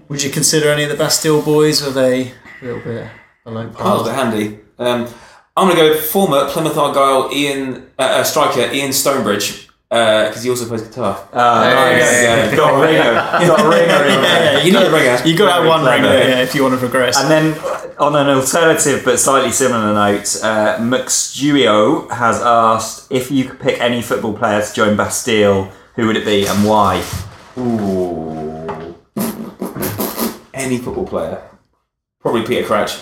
Speaker 1: Would you consider any of the Bastille boys? Are they a little bit below par?
Speaker 4: oh, they're handy. Um, I'm going to go former Plymouth Argyle Ian uh, uh, striker Ian Stonebridge because he also plays guitar.
Speaker 3: Uh,
Speaker 4: nice.
Speaker 3: Got a ringer. Got a ringer.
Speaker 1: yeah, you
Speaker 4: Another ringer.
Speaker 1: You got to have one
Speaker 3: Very
Speaker 1: ring
Speaker 3: clever.
Speaker 1: there, yeah, if you want to progress.
Speaker 3: And then, on an alternative but slightly similar note, uh, McStudio has asked if you could pick any football player to join Bastille, who would it be and why?
Speaker 4: Ooh. Any football player, probably Peter Crouch.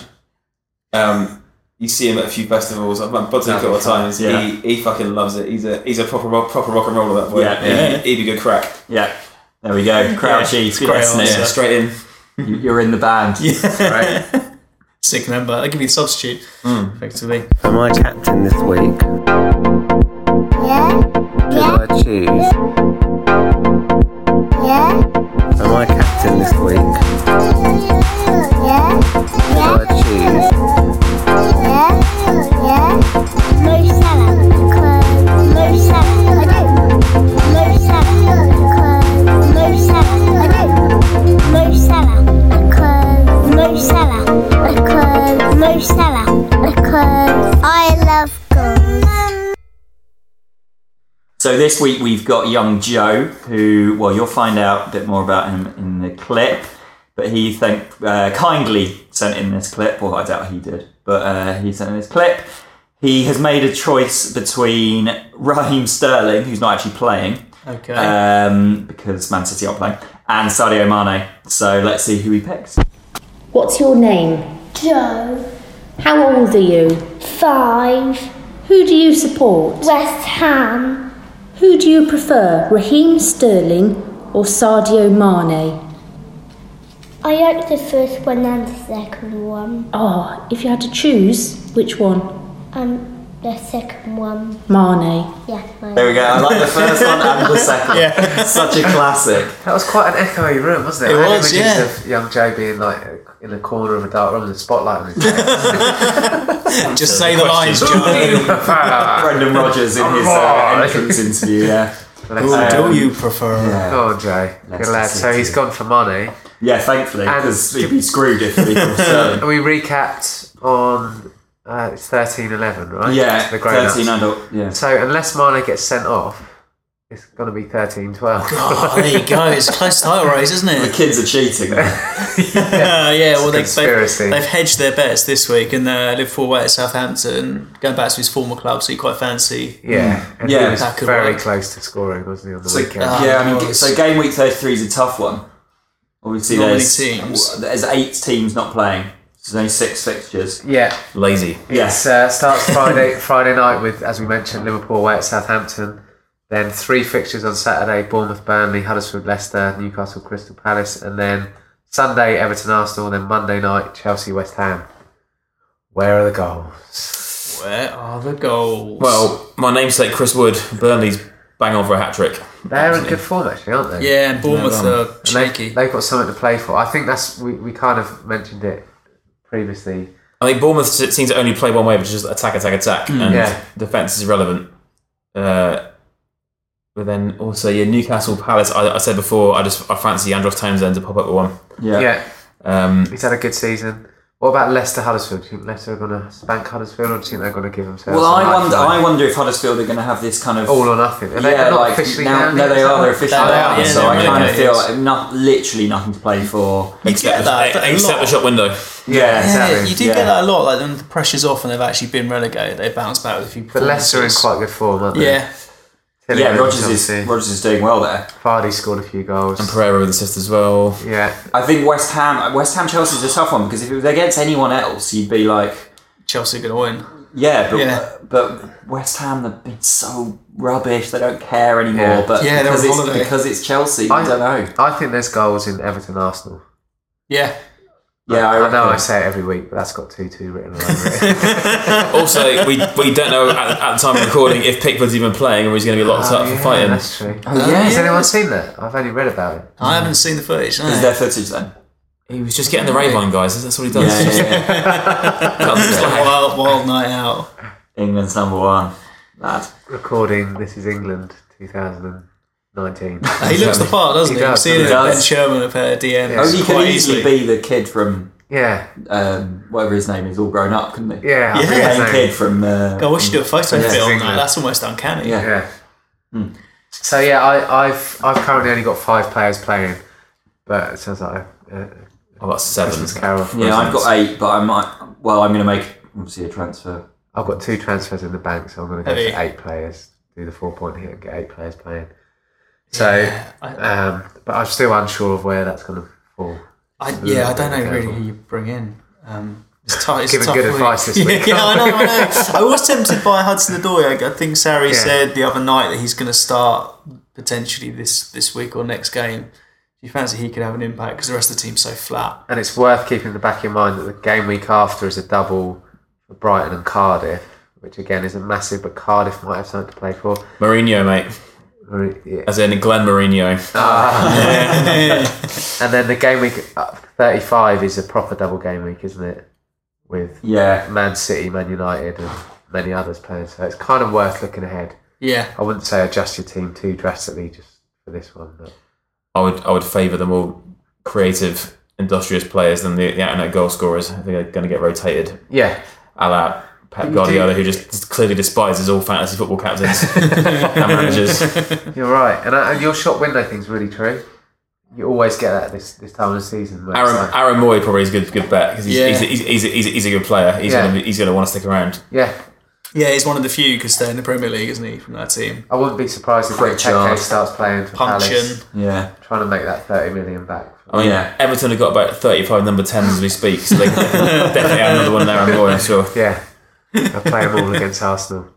Speaker 4: Um, you see him at a few festivals. I've bumped into him a couple of times.
Speaker 3: Yeah.
Speaker 4: He, he fucking loves it. He's a he's a proper rock, proper rock and roller. That boy.
Speaker 3: Yeah, yeah.
Speaker 4: He'd, he'd be good crack.
Speaker 3: Yeah, there we go. Crouchy,
Speaker 1: great
Speaker 4: Yeah,
Speaker 1: Yeah.
Speaker 4: straight in.
Speaker 3: You- You're in the band.
Speaker 2: Right.
Speaker 1: Sick member. I'll give you the substitute, effectively.
Speaker 6: For my captain this week,
Speaker 7: Yeah,
Speaker 6: who do I choose?
Speaker 7: yeah,
Speaker 6: For my captain this week,
Speaker 7: yeah,
Speaker 6: who do I choose?
Speaker 7: yeah, yeah. Mo Salah. Mo Salah. I do. Mo Salah. Mo Salah. I do. Mo Salah. Mo Salah. Mo Salah. I love goals.
Speaker 3: So this week we've got young Joe, who, well, you'll find out a bit more about him in the clip. But he thank, uh, kindly sent in this clip, or I doubt he did, but uh, he sent in this clip. He has made a choice between Raheem Sterling, who's not actually playing,
Speaker 1: Okay.
Speaker 3: um, because Man City aren't playing, and Sadio Mane. So let's see who he picks.
Speaker 8: What's your name?
Speaker 7: Joe,
Speaker 8: How old are you?
Speaker 7: five,
Speaker 8: Who do you support?
Speaker 7: West Ham,
Speaker 8: Who do you prefer, Raheem Sterling or Sadio Mane?
Speaker 7: I like the first one and the second one.
Speaker 8: Ah, if you had to choose, which one?
Speaker 7: Um, the second one,
Speaker 8: Mane.
Speaker 7: yeah,
Speaker 3: There
Speaker 7: mine.
Speaker 3: we go. I like the first one and the second.
Speaker 1: Yeah.
Speaker 3: Such a classic.
Speaker 2: That was quite an echoey room, wasn't it?
Speaker 1: It
Speaker 2: I had
Speaker 1: was,
Speaker 2: images of young Joe being like in a corner of a dark room with a spotlight on his head.
Speaker 1: Just say the lines, Johnny.
Speaker 3: Brendan Rodgers
Speaker 1: Oh,
Speaker 3: in his uh, entrance interview. Yeah.
Speaker 1: Who
Speaker 3: Um,
Speaker 1: do you prefer?
Speaker 3: Yeah,
Speaker 2: oh, Joe, good
Speaker 3: Leicester
Speaker 2: lad. So
Speaker 3: City.
Speaker 2: he's gone for money.
Speaker 3: yeah thankfully,
Speaker 2: And-
Speaker 3: because he'd be screwed if he was Sterling.
Speaker 2: And we recapped on uh, it's thirteen eleven, right?
Speaker 3: Yeah,
Speaker 2: the grown-ups.
Speaker 3: thirteen adult. Yeah.
Speaker 2: So unless Mane gets sent off, it's gonna be thirteen twelve.
Speaker 1: Oh, there you go. It's a close title race, isn't
Speaker 3: The
Speaker 1: it?
Speaker 3: kids are cheating.
Speaker 1: Uh, yeah, well, they,
Speaker 2: conspiracy.
Speaker 1: they've, they've hedged their bets this week, and uh, Liverpool away at Southampton, going back to his former club, so you quite fancy.
Speaker 2: Yeah, and
Speaker 3: Yeah,
Speaker 2: he was
Speaker 1: that could
Speaker 2: very
Speaker 1: work.
Speaker 2: close to scoring, wasn't he, on the
Speaker 3: So, uh,
Speaker 2: weekend?
Speaker 1: Ah,
Speaker 3: yeah, I mean,
Speaker 1: it
Speaker 3: so
Speaker 1: was.
Speaker 3: game week thirty-three is a tough one. Obviously,
Speaker 1: Not many
Speaker 3: there's
Speaker 1: teams.
Speaker 3: there's eight teams not playing. So there's only six fixtures.
Speaker 2: yeah,
Speaker 4: Lazy.
Speaker 2: It's,
Speaker 3: Yes.
Speaker 2: uh, starts Friday Friday night with, as we mentioned, Liverpool away at Southampton. Then three fixtures on Saturday: Bournemouth, Burnley, Huddersfield, Leicester, Newcastle, Crystal Palace, and then Sunday Everton, Arsenal. Then Monday night Chelsea, West Ham. Where are the goals?
Speaker 1: Where are the goals?
Speaker 4: Well, my namesake Chris Wood, Burnley's bang on for a hat trick.
Speaker 2: They're in good form actually, aren't they?
Speaker 1: yeah, and Bournemouth are
Speaker 2: And
Speaker 1: shaky.
Speaker 2: They, they've got something to play for. I think that's we, we kind of mentioned it previously.
Speaker 4: I think Bournemouth se- seems to only play one way, which is just attack, attack, attack, and
Speaker 2: Yeah.
Speaker 4: defence is irrelevant. Uh, but then also, yeah, Newcastle Palace. I, I said before, I just I fancy Andros Townsend to pop up with one.
Speaker 3: Yeah.
Speaker 2: Yeah,
Speaker 4: Um,
Speaker 2: he's had a good season. What about Leicester Huddersfield? Do you think Leicester are going to spank Huddersfield, or do you think they're going to give themselves?
Speaker 3: Well,
Speaker 2: a
Speaker 3: I
Speaker 2: hard
Speaker 3: wonder.
Speaker 2: fight?
Speaker 3: I wonder if Huddersfield are going to have this kind of
Speaker 2: all or nothing. Are they
Speaker 3: yeah,
Speaker 2: they're not
Speaker 3: like
Speaker 2: officially
Speaker 3: now,
Speaker 2: down
Speaker 3: no,
Speaker 2: yet,
Speaker 3: they
Speaker 2: is
Speaker 3: are.
Speaker 2: that
Speaker 3: They're
Speaker 2: right?
Speaker 3: officially
Speaker 1: They are,
Speaker 3: out.
Speaker 1: yeah,
Speaker 3: so
Speaker 1: they're
Speaker 3: I kind of
Speaker 1: relegated.
Speaker 3: feel not, literally nothing to play for.
Speaker 1: get that a
Speaker 4: except
Speaker 1: lot.
Speaker 4: the shot window.
Speaker 3: Yeah,
Speaker 1: Yeah,
Speaker 2: exactly.
Speaker 1: you do
Speaker 3: Yeah.
Speaker 1: get that a lot. Like when the pressure's off and they've actually been relegated, they bounce back with a few.
Speaker 2: But Leicester are in
Speaker 1: performances.
Speaker 2: quite good form, aren't they?
Speaker 1: Yeah,
Speaker 2: Tilly
Speaker 3: yeah.
Speaker 2: and
Speaker 3: Rogers is
Speaker 2: Chelsea.
Speaker 3: Rogers is doing well there.
Speaker 2: Vardy scored a few goals.
Speaker 4: Pereira with assist as well.
Speaker 2: yeah,
Speaker 3: I think West Ham, West Ham, Chelsea's a tough one because if it was against anyone else, you'd be like,
Speaker 1: Chelsea are going to win.
Speaker 3: yeah, but
Speaker 1: Yeah.
Speaker 3: but West Ham have been so rubbish; they don't care anymore.
Speaker 2: Yeah.
Speaker 3: But
Speaker 1: Yeah, they're
Speaker 3: because,
Speaker 1: on
Speaker 3: it's,
Speaker 1: holiday.
Speaker 3: because it's Chelsea, I
Speaker 2: I-
Speaker 3: don't know.
Speaker 2: I think there's goals in Everton Arsenal.
Speaker 1: Yeah,
Speaker 3: Yeah, I,
Speaker 2: I know I
Speaker 3: reckon.
Speaker 2: say it every week, but that's got two two written all over it.
Speaker 4: Also, we, we don't know at, at the time of recording if Pickford's even playing or he's going to be locked up
Speaker 2: Oh, yeah,
Speaker 4: for fighting.
Speaker 2: That's true.
Speaker 3: Oh, yeah.
Speaker 2: Has anyone seen that? I've only read about it.
Speaker 1: I haven't seen the footage. no.
Speaker 3: Is there footage then?
Speaker 4: He was just getting the rave on, guys. That's what he does.
Speaker 3: Yeah, yeah, yeah.
Speaker 1: It's a wild, wild night out.
Speaker 3: England's number one. Lad.
Speaker 2: Recording. This is England, 2019.
Speaker 1: He looks the part, doesn't
Speaker 2: He
Speaker 1: he?
Speaker 2: does,
Speaker 1: You've seen
Speaker 2: doesn't
Speaker 1: him
Speaker 3: he?
Speaker 1: at Ben Sherman at uh, DM.
Speaker 2: Yeah.
Speaker 3: Oh, he could
Speaker 1: quite
Speaker 3: easily be the kid from
Speaker 2: yeah,
Speaker 3: um, whatever his name is, all grown up, couldn't he?
Speaker 2: yeah. I
Speaker 1: Yeah.
Speaker 2: think
Speaker 3: Same
Speaker 2: so.
Speaker 3: kid from. Uh,
Speaker 1: God, we should do a photo
Speaker 3: Yeah,
Speaker 1: fit on
Speaker 2: exactly.
Speaker 1: that. That's almost uncanny.
Speaker 3: Yeah.
Speaker 2: Yeah.
Speaker 3: Hmm.
Speaker 2: So yeah, I, I've I've currently only got five players playing, but it sounds like a, a
Speaker 4: Oh, that's seven.
Speaker 2: Christmas carol.
Speaker 3: yeah, I've got eight, but I might. Well, I'm going to make obviously a transfer.
Speaker 2: I've got two transfers in the bank, so I'm going to go
Speaker 1: Hey.
Speaker 2: for eight players. Do the four point hit and get eight players playing. So, um, but I'm still unsure of where that's going to fall.
Speaker 1: I, yeah, I don't know
Speaker 2: Okay.
Speaker 1: really who you bring in. Um, it's tou- it's a
Speaker 2: Giving
Speaker 1: tough
Speaker 2: good
Speaker 1: week.
Speaker 2: advice this week.
Speaker 1: yeah, I know, I know. I was tempted by Hudson Odoi. I, I think Sari
Speaker 2: Yeah.
Speaker 1: said the other night that he's going to start potentially this, this week or next game. Do you fancy he could have an impact because the rest of the team's so flat?
Speaker 2: And it's worth keeping in the back of your mind that the game week after is a double for Brighton and Cardiff, which again isn't massive, but Cardiff might have something to play for.
Speaker 4: Mourinho, mate.
Speaker 2: Or, yeah,
Speaker 4: As in Glenn Mourinho.
Speaker 2: And then the game week uh, 35 is a proper double game week, isn't it? With
Speaker 3: Yeah.
Speaker 2: Man City, Man United, and many others playing. So it's kind of worth looking ahead.
Speaker 1: Yeah.
Speaker 2: I wouldn't say adjust your team too drastically just for this one. But
Speaker 4: I would I would favour the more creative, industrious players than the, the out and out goal scorers. I think they're going to get rotated
Speaker 2: yeah,
Speaker 4: a la Pep Guardiola, who just clearly despises all fantasy football captains and managers.
Speaker 2: You're right, and, I, and your shop window thing's really true. You always get that this this time of the season. where it's
Speaker 4: Aaron,
Speaker 2: like-
Speaker 4: Aaron Moy probably is a good, good bet because he's,
Speaker 1: Yeah.
Speaker 4: he's, he's, he's, he's, he's a good player. He's
Speaker 2: Yeah.
Speaker 4: gonna be- he's going to want to stick around.
Speaker 2: yeah,
Speaker 1: Yeah, he's one of the few because they're in the Premier League, isn't he, from that team?
Speaker 2: I wouldn't be surprised if Benteke
Speaker 3: Pritchard.
Speaker 2: starts playing for
Speaker 1: Puncheon.
Speaker 2: Palace,
Speaker 3: Yeah.
Speaker 2: trying to make that thirty million back.
Speaker 4: I mean,
Speaker 3: Yeah.
Speaker 4: Everton have got about 35 number 10s as we speak, so they can definitely add another one there, I'm Moy, I'm sure.
Speaker 2: Yeah, I play them all against Arsenal.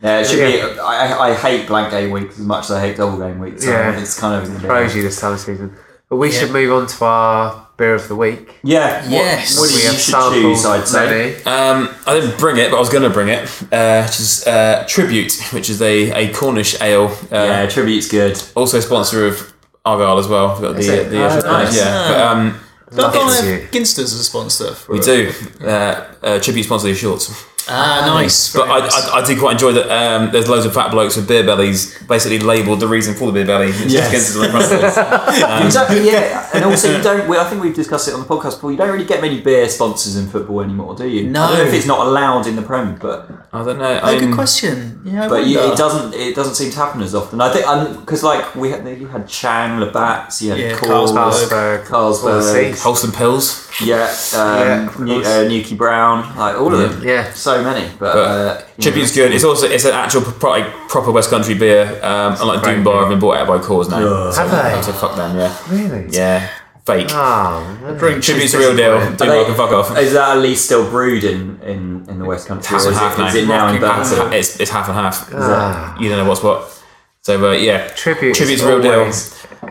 Speaker 3: Yeah, it should be. I, I- I hate blank game weeks as much as I hate double game weeks. So
Speaker 2: Yeah.
Speaker 3: it's kind of
Speaker 2: Throws you this time of season. But we should move on to our beer of the week.
Speaker 3: Yeah. What,
Speaker 1: Yes.
Speaker 3: What do
Speaker 2: we
Speaker 3: you
Speaker 2: have
Speaker 3: should
Speaker 2: sampled
Speaker 3: choose? I'd say.
Speaker 2: many.
Speaker 4: Um, I didn't bring it, but I was going to bring it, uh, which is uh, Tribute, which is a, a Cornish ale, uh,
Speaker 3: Yeah, tribute's good.
Speaker 4: also sponsor of Argyle as well. We've got
Speaker 2: Is
Speaker 4: the,
Speaker 2: it?
Speaker 4: the
Speaker 2: Oh,
Speaker 3: nice.
Speaker 4: yeah. But, um,
Speaker 1: Don't
Speaker 2: Lucky
Speaker 1: have
Speaker 2: you.
Speaker 1: Ginsters as a sponsor. For
Speaker 4: we
Speaker 1: it.
Speaker 4: do uh, uh, Tribute sponsor these shorts.
Speaker 1: Ah, nice.
Speaker 4: But
Speaker 1: Very
Speaker 4: I,
Speaker 1: nice.
Speaker 4: I, I do quite enjoy that. Um, there's loads of fat blokes with beer bellies, basically labelled the reason for the beer belly. It's
Speaker 3: Yes.
Speaker 4: against the front of it.
Speaker 3: Exactly. Yeah, and also you don't. We, I think we've discussed it on the podcast before. You don't really get many beer sponsors in football anymore, do you?
Speaker 1: No.
Speaker 3: I don't know if it's not allowed in the Prem, but
Speaker 4: I don't know. Um, I
Speaker 1: Oh, good
Speaker 4: mean,
Speaker 1: question. Yeah, I
Speaker 3: but you,
Speaker 1: wonder.
Speaker 3: it doesn't. It doesn't seem to happen as often. I think because like we had, you had Chang, Labatt's, you had
Speaker 1: Yeah,
Speaker 3: Coles,
Speaker 1: Carlsberg.
Speaker 2: Carlsberg,
Speaker 3: Carlsberg.
Speaker 2: Orsic.
Speaker 4: wholesome pills.
Speaker 3: yeah,
Speaker 2: Yeah, of
Speaker 3: um, Nu-
Speaker 2: course.
Speaker 3: uh, Nuki Brown, like all of them.
Speaker 2: Yeah.
Speaker 3: so many. But,
Speaker 4: But
Speaker 3: uh, you
Speaker 4: Tribute's
Speaker 3: know.
Speaker 4: good. It's also it's an actual pro- like, proper West Country beer. Um, unlike
Speaker 2: great
Speaker 4: Doom Bar, have been bought out by Coors now.
Speaker 3: Yeah.
Speaker 4: So,
Speaker 2: Have they?
Speaker 4: So fuck them. Yeah.
Speaker 2: Really?
Speaker 4: Yeah. Fake.
Speaker 2: Oh, man.
Speaker 1: Drink
Speaker 4: Tribute's a real deal. Doom
Speaker 3: Are
Speaker 4: Bar
Speaker 3: they-
Speaker 4: can fuck off.
Speaker 3: Is that at least still brewed in, in, in the West Country?
Speaker 4: Half
Speaker 3: or
Speaker 4: and
Speaker 3: is,
Speaker 4: half
Speaker 3: it,
Speaker 4: now.
Speaker 3: is it now
Speaker 4: Half
Speaker 3: in
Speaker 4: and half.
Speaker 3: Burton?
Speaker 4: It's, it's half and half.
Speaker 2: Ah.
Speaker 4: You don't know what's what. So uh, yeah,
Speaker 2: Tribute is
Speaker 4: Tribute's a real deal.
Speaker 2: always such
Speaker 4: Um,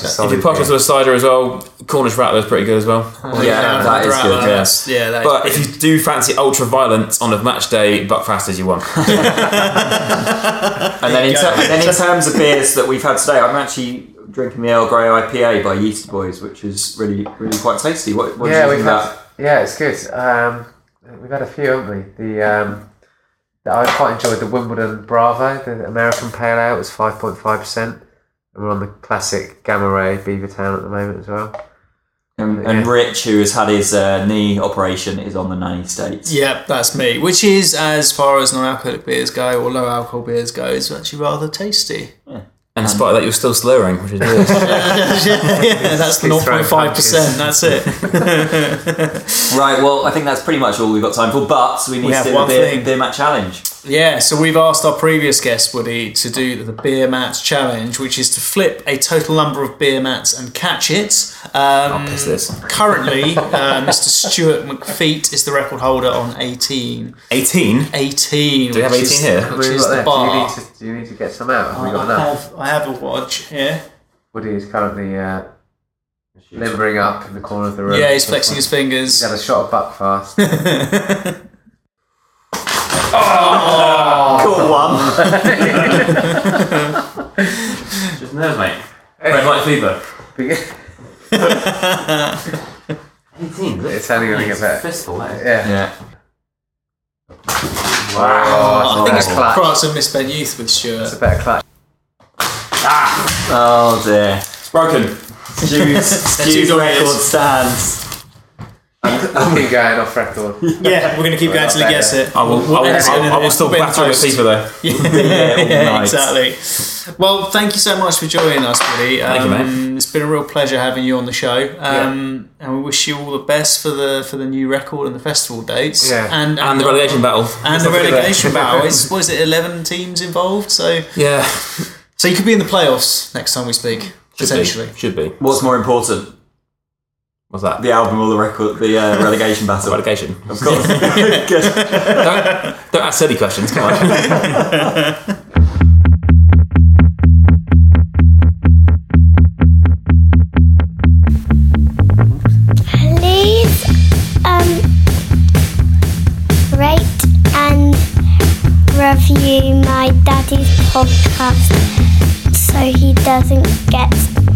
Speaker 2: a
Speaker 4: if
Speaker 2: solid
Speaker 4: you pop
Speaker 2: beer.
Speaker 4: us with a cider as well, Cornish Rattler's pretty good as well.
Speaker 3: Yeah, that is good. Yeah.
Speaker 1: That's- yeah, that is
Speaker 4: But if you do fancy ultra violent on a match day, Buckfast is your one.
Speaker 3: And then, in
Speaker 1: There you
Speaker 3: ter-
Speaker 1: go.
Speaker 3: and then in terms of beers that we've had today, I'm actually drinking the Earl Grey IPA by Yeasty Boys, which is really really quite tasty. What, what
Speaker 2: Yeah,
Speaker 3: do you
Speaker 2: we've
Speaker 3: think
Speaker 2: had,
Speaker 3: about?
Speaker 2: yeah, it's good. Um, we've had a few, haven't we? The um, the- I quite enjoyed the Wimbledon Bravo, the American Pale Ale. It was five point five percent. We're on the classic Gamma Ray Beaver Town at the moment as well.
Speaker 3: And, and Rich, who has had his uh, knee operation, is on the nanny states.
Speaker 1: Yep, that's me. Which is, as far as non-alcoholic beers go or low alcohol beers go, is actually rather tasty.
Speaker 4: And despite that, you're still slurring, which is weird.
Speaker 1: yeah, that's
Speaker 2: Please throw
Speaker 1: 0.5 percent. That's it.
Speaker 3: Right. Well, I think that's pretty much all we've got time for. But we need
Speaker 1: We
Speaker 3: to
Speaker 1: have
Speaker 3: do the
Speaker 1: one
Speaker 3: beer,
Speaker 1: thing.
Speaker 3: beer mat challenge.
Speaker 1: yeah. So we've asked our previous guest Woody to do the beer mats challenge, which is to flip a total number of beer mats and catch it. Um,
Speaker 4: Piss this.
Speaker 1: currently, uh, Mr. Stuart McFeet is the record holder on 18.
Speaker 4: 18.
Speaker 1: 18. Do
Speaker 4: we have 18 here?
Speaker 1: Which
Speaker 2: We've
Speaker 1: is
Speaker 2: got
Speaker 1: the
Speaker 2: there.
Speaker 1: bar. Oh,
Speaker 2: Do, you need to, do you need to get some out? Have we got
Speaker 1: I
Speaker 2: enough?
Speaker 1: have, I have a watch here.
Speaker 2: Woody is currently uh, limbering up in the corner of the room.
Speaker 1: Yeah, he's flexing his fingers.
Speaker 2: He's had a shot of Buckfast.
Speaker 3: Cool one.
Speaker 4: Just nerves, mate. Red light fever.
Speaker 2: it's only going to get better.
Speaker 4: Fistful,
Speaker 2: Yeah.
Speaker 3: Yeah.
Speaker 2: Wow.
Speaker 1: I think it's
Speaker 2: Oh,
Speaker 4: Oh.
Speaker 2: a better clutch.
Speaker 1: products of Miss Ben Youth with Stuart.
Speaker 2: It's a better clutch.
Speaker 3: Oh dear.
Speaker 4: It's broken.
Speaker 3: Stu's, Stu's record stands.
Speaker 2: Keep going off record.
Speaker 1: Yeah, we're going to keep going till he gets it.
Speaker 4: I will, I will,
Speaker 1: edit it
Speaker 4: I will, I will
Speaker 1: in.
Speaker 4: still
Speaker 1: We'll be
Speaker 4: battle with
Speaker 1: toast.
Speaker 4: fever, though.
Speaker 1: yeah,
Speaker 3: night.
Speaker 1: exactly. Well, thank you so much for joining us, Woody. Um,
Speaker 4: Thank you, mate.
Speaker 1: It's been a real pleasure having you on the show, um, and we wish you all the best for the for the new record and the festival dates.
Speaker 2: Yeah.
Speaker 1: and
Speaker 4: And the relegation battle.
Speaker 1: And the
Speaker 2: Let's look at
Speaker 1: relegation
Speaker 2: that.
Speaker 1: battle. It's, what is it? Eleven teams involved. So,
Speaker 4: Yeah.
Speaker 1: so you could be in the playoffs next time we speak. Potentially.
Speaker 4: Should be. Should be.
Speaker 3: What's more important,
Speaker 4: What's that?
Speaker 3: the album or the record, the uh, relegation battle?
Speaker 4: Relegation.
Speaker 3: Of course. Good.
Speaker 4: don't, don't ask silly questions. Come on.
Speaker 7: Please, um, rate and review my daddy's podcast so he doesn't get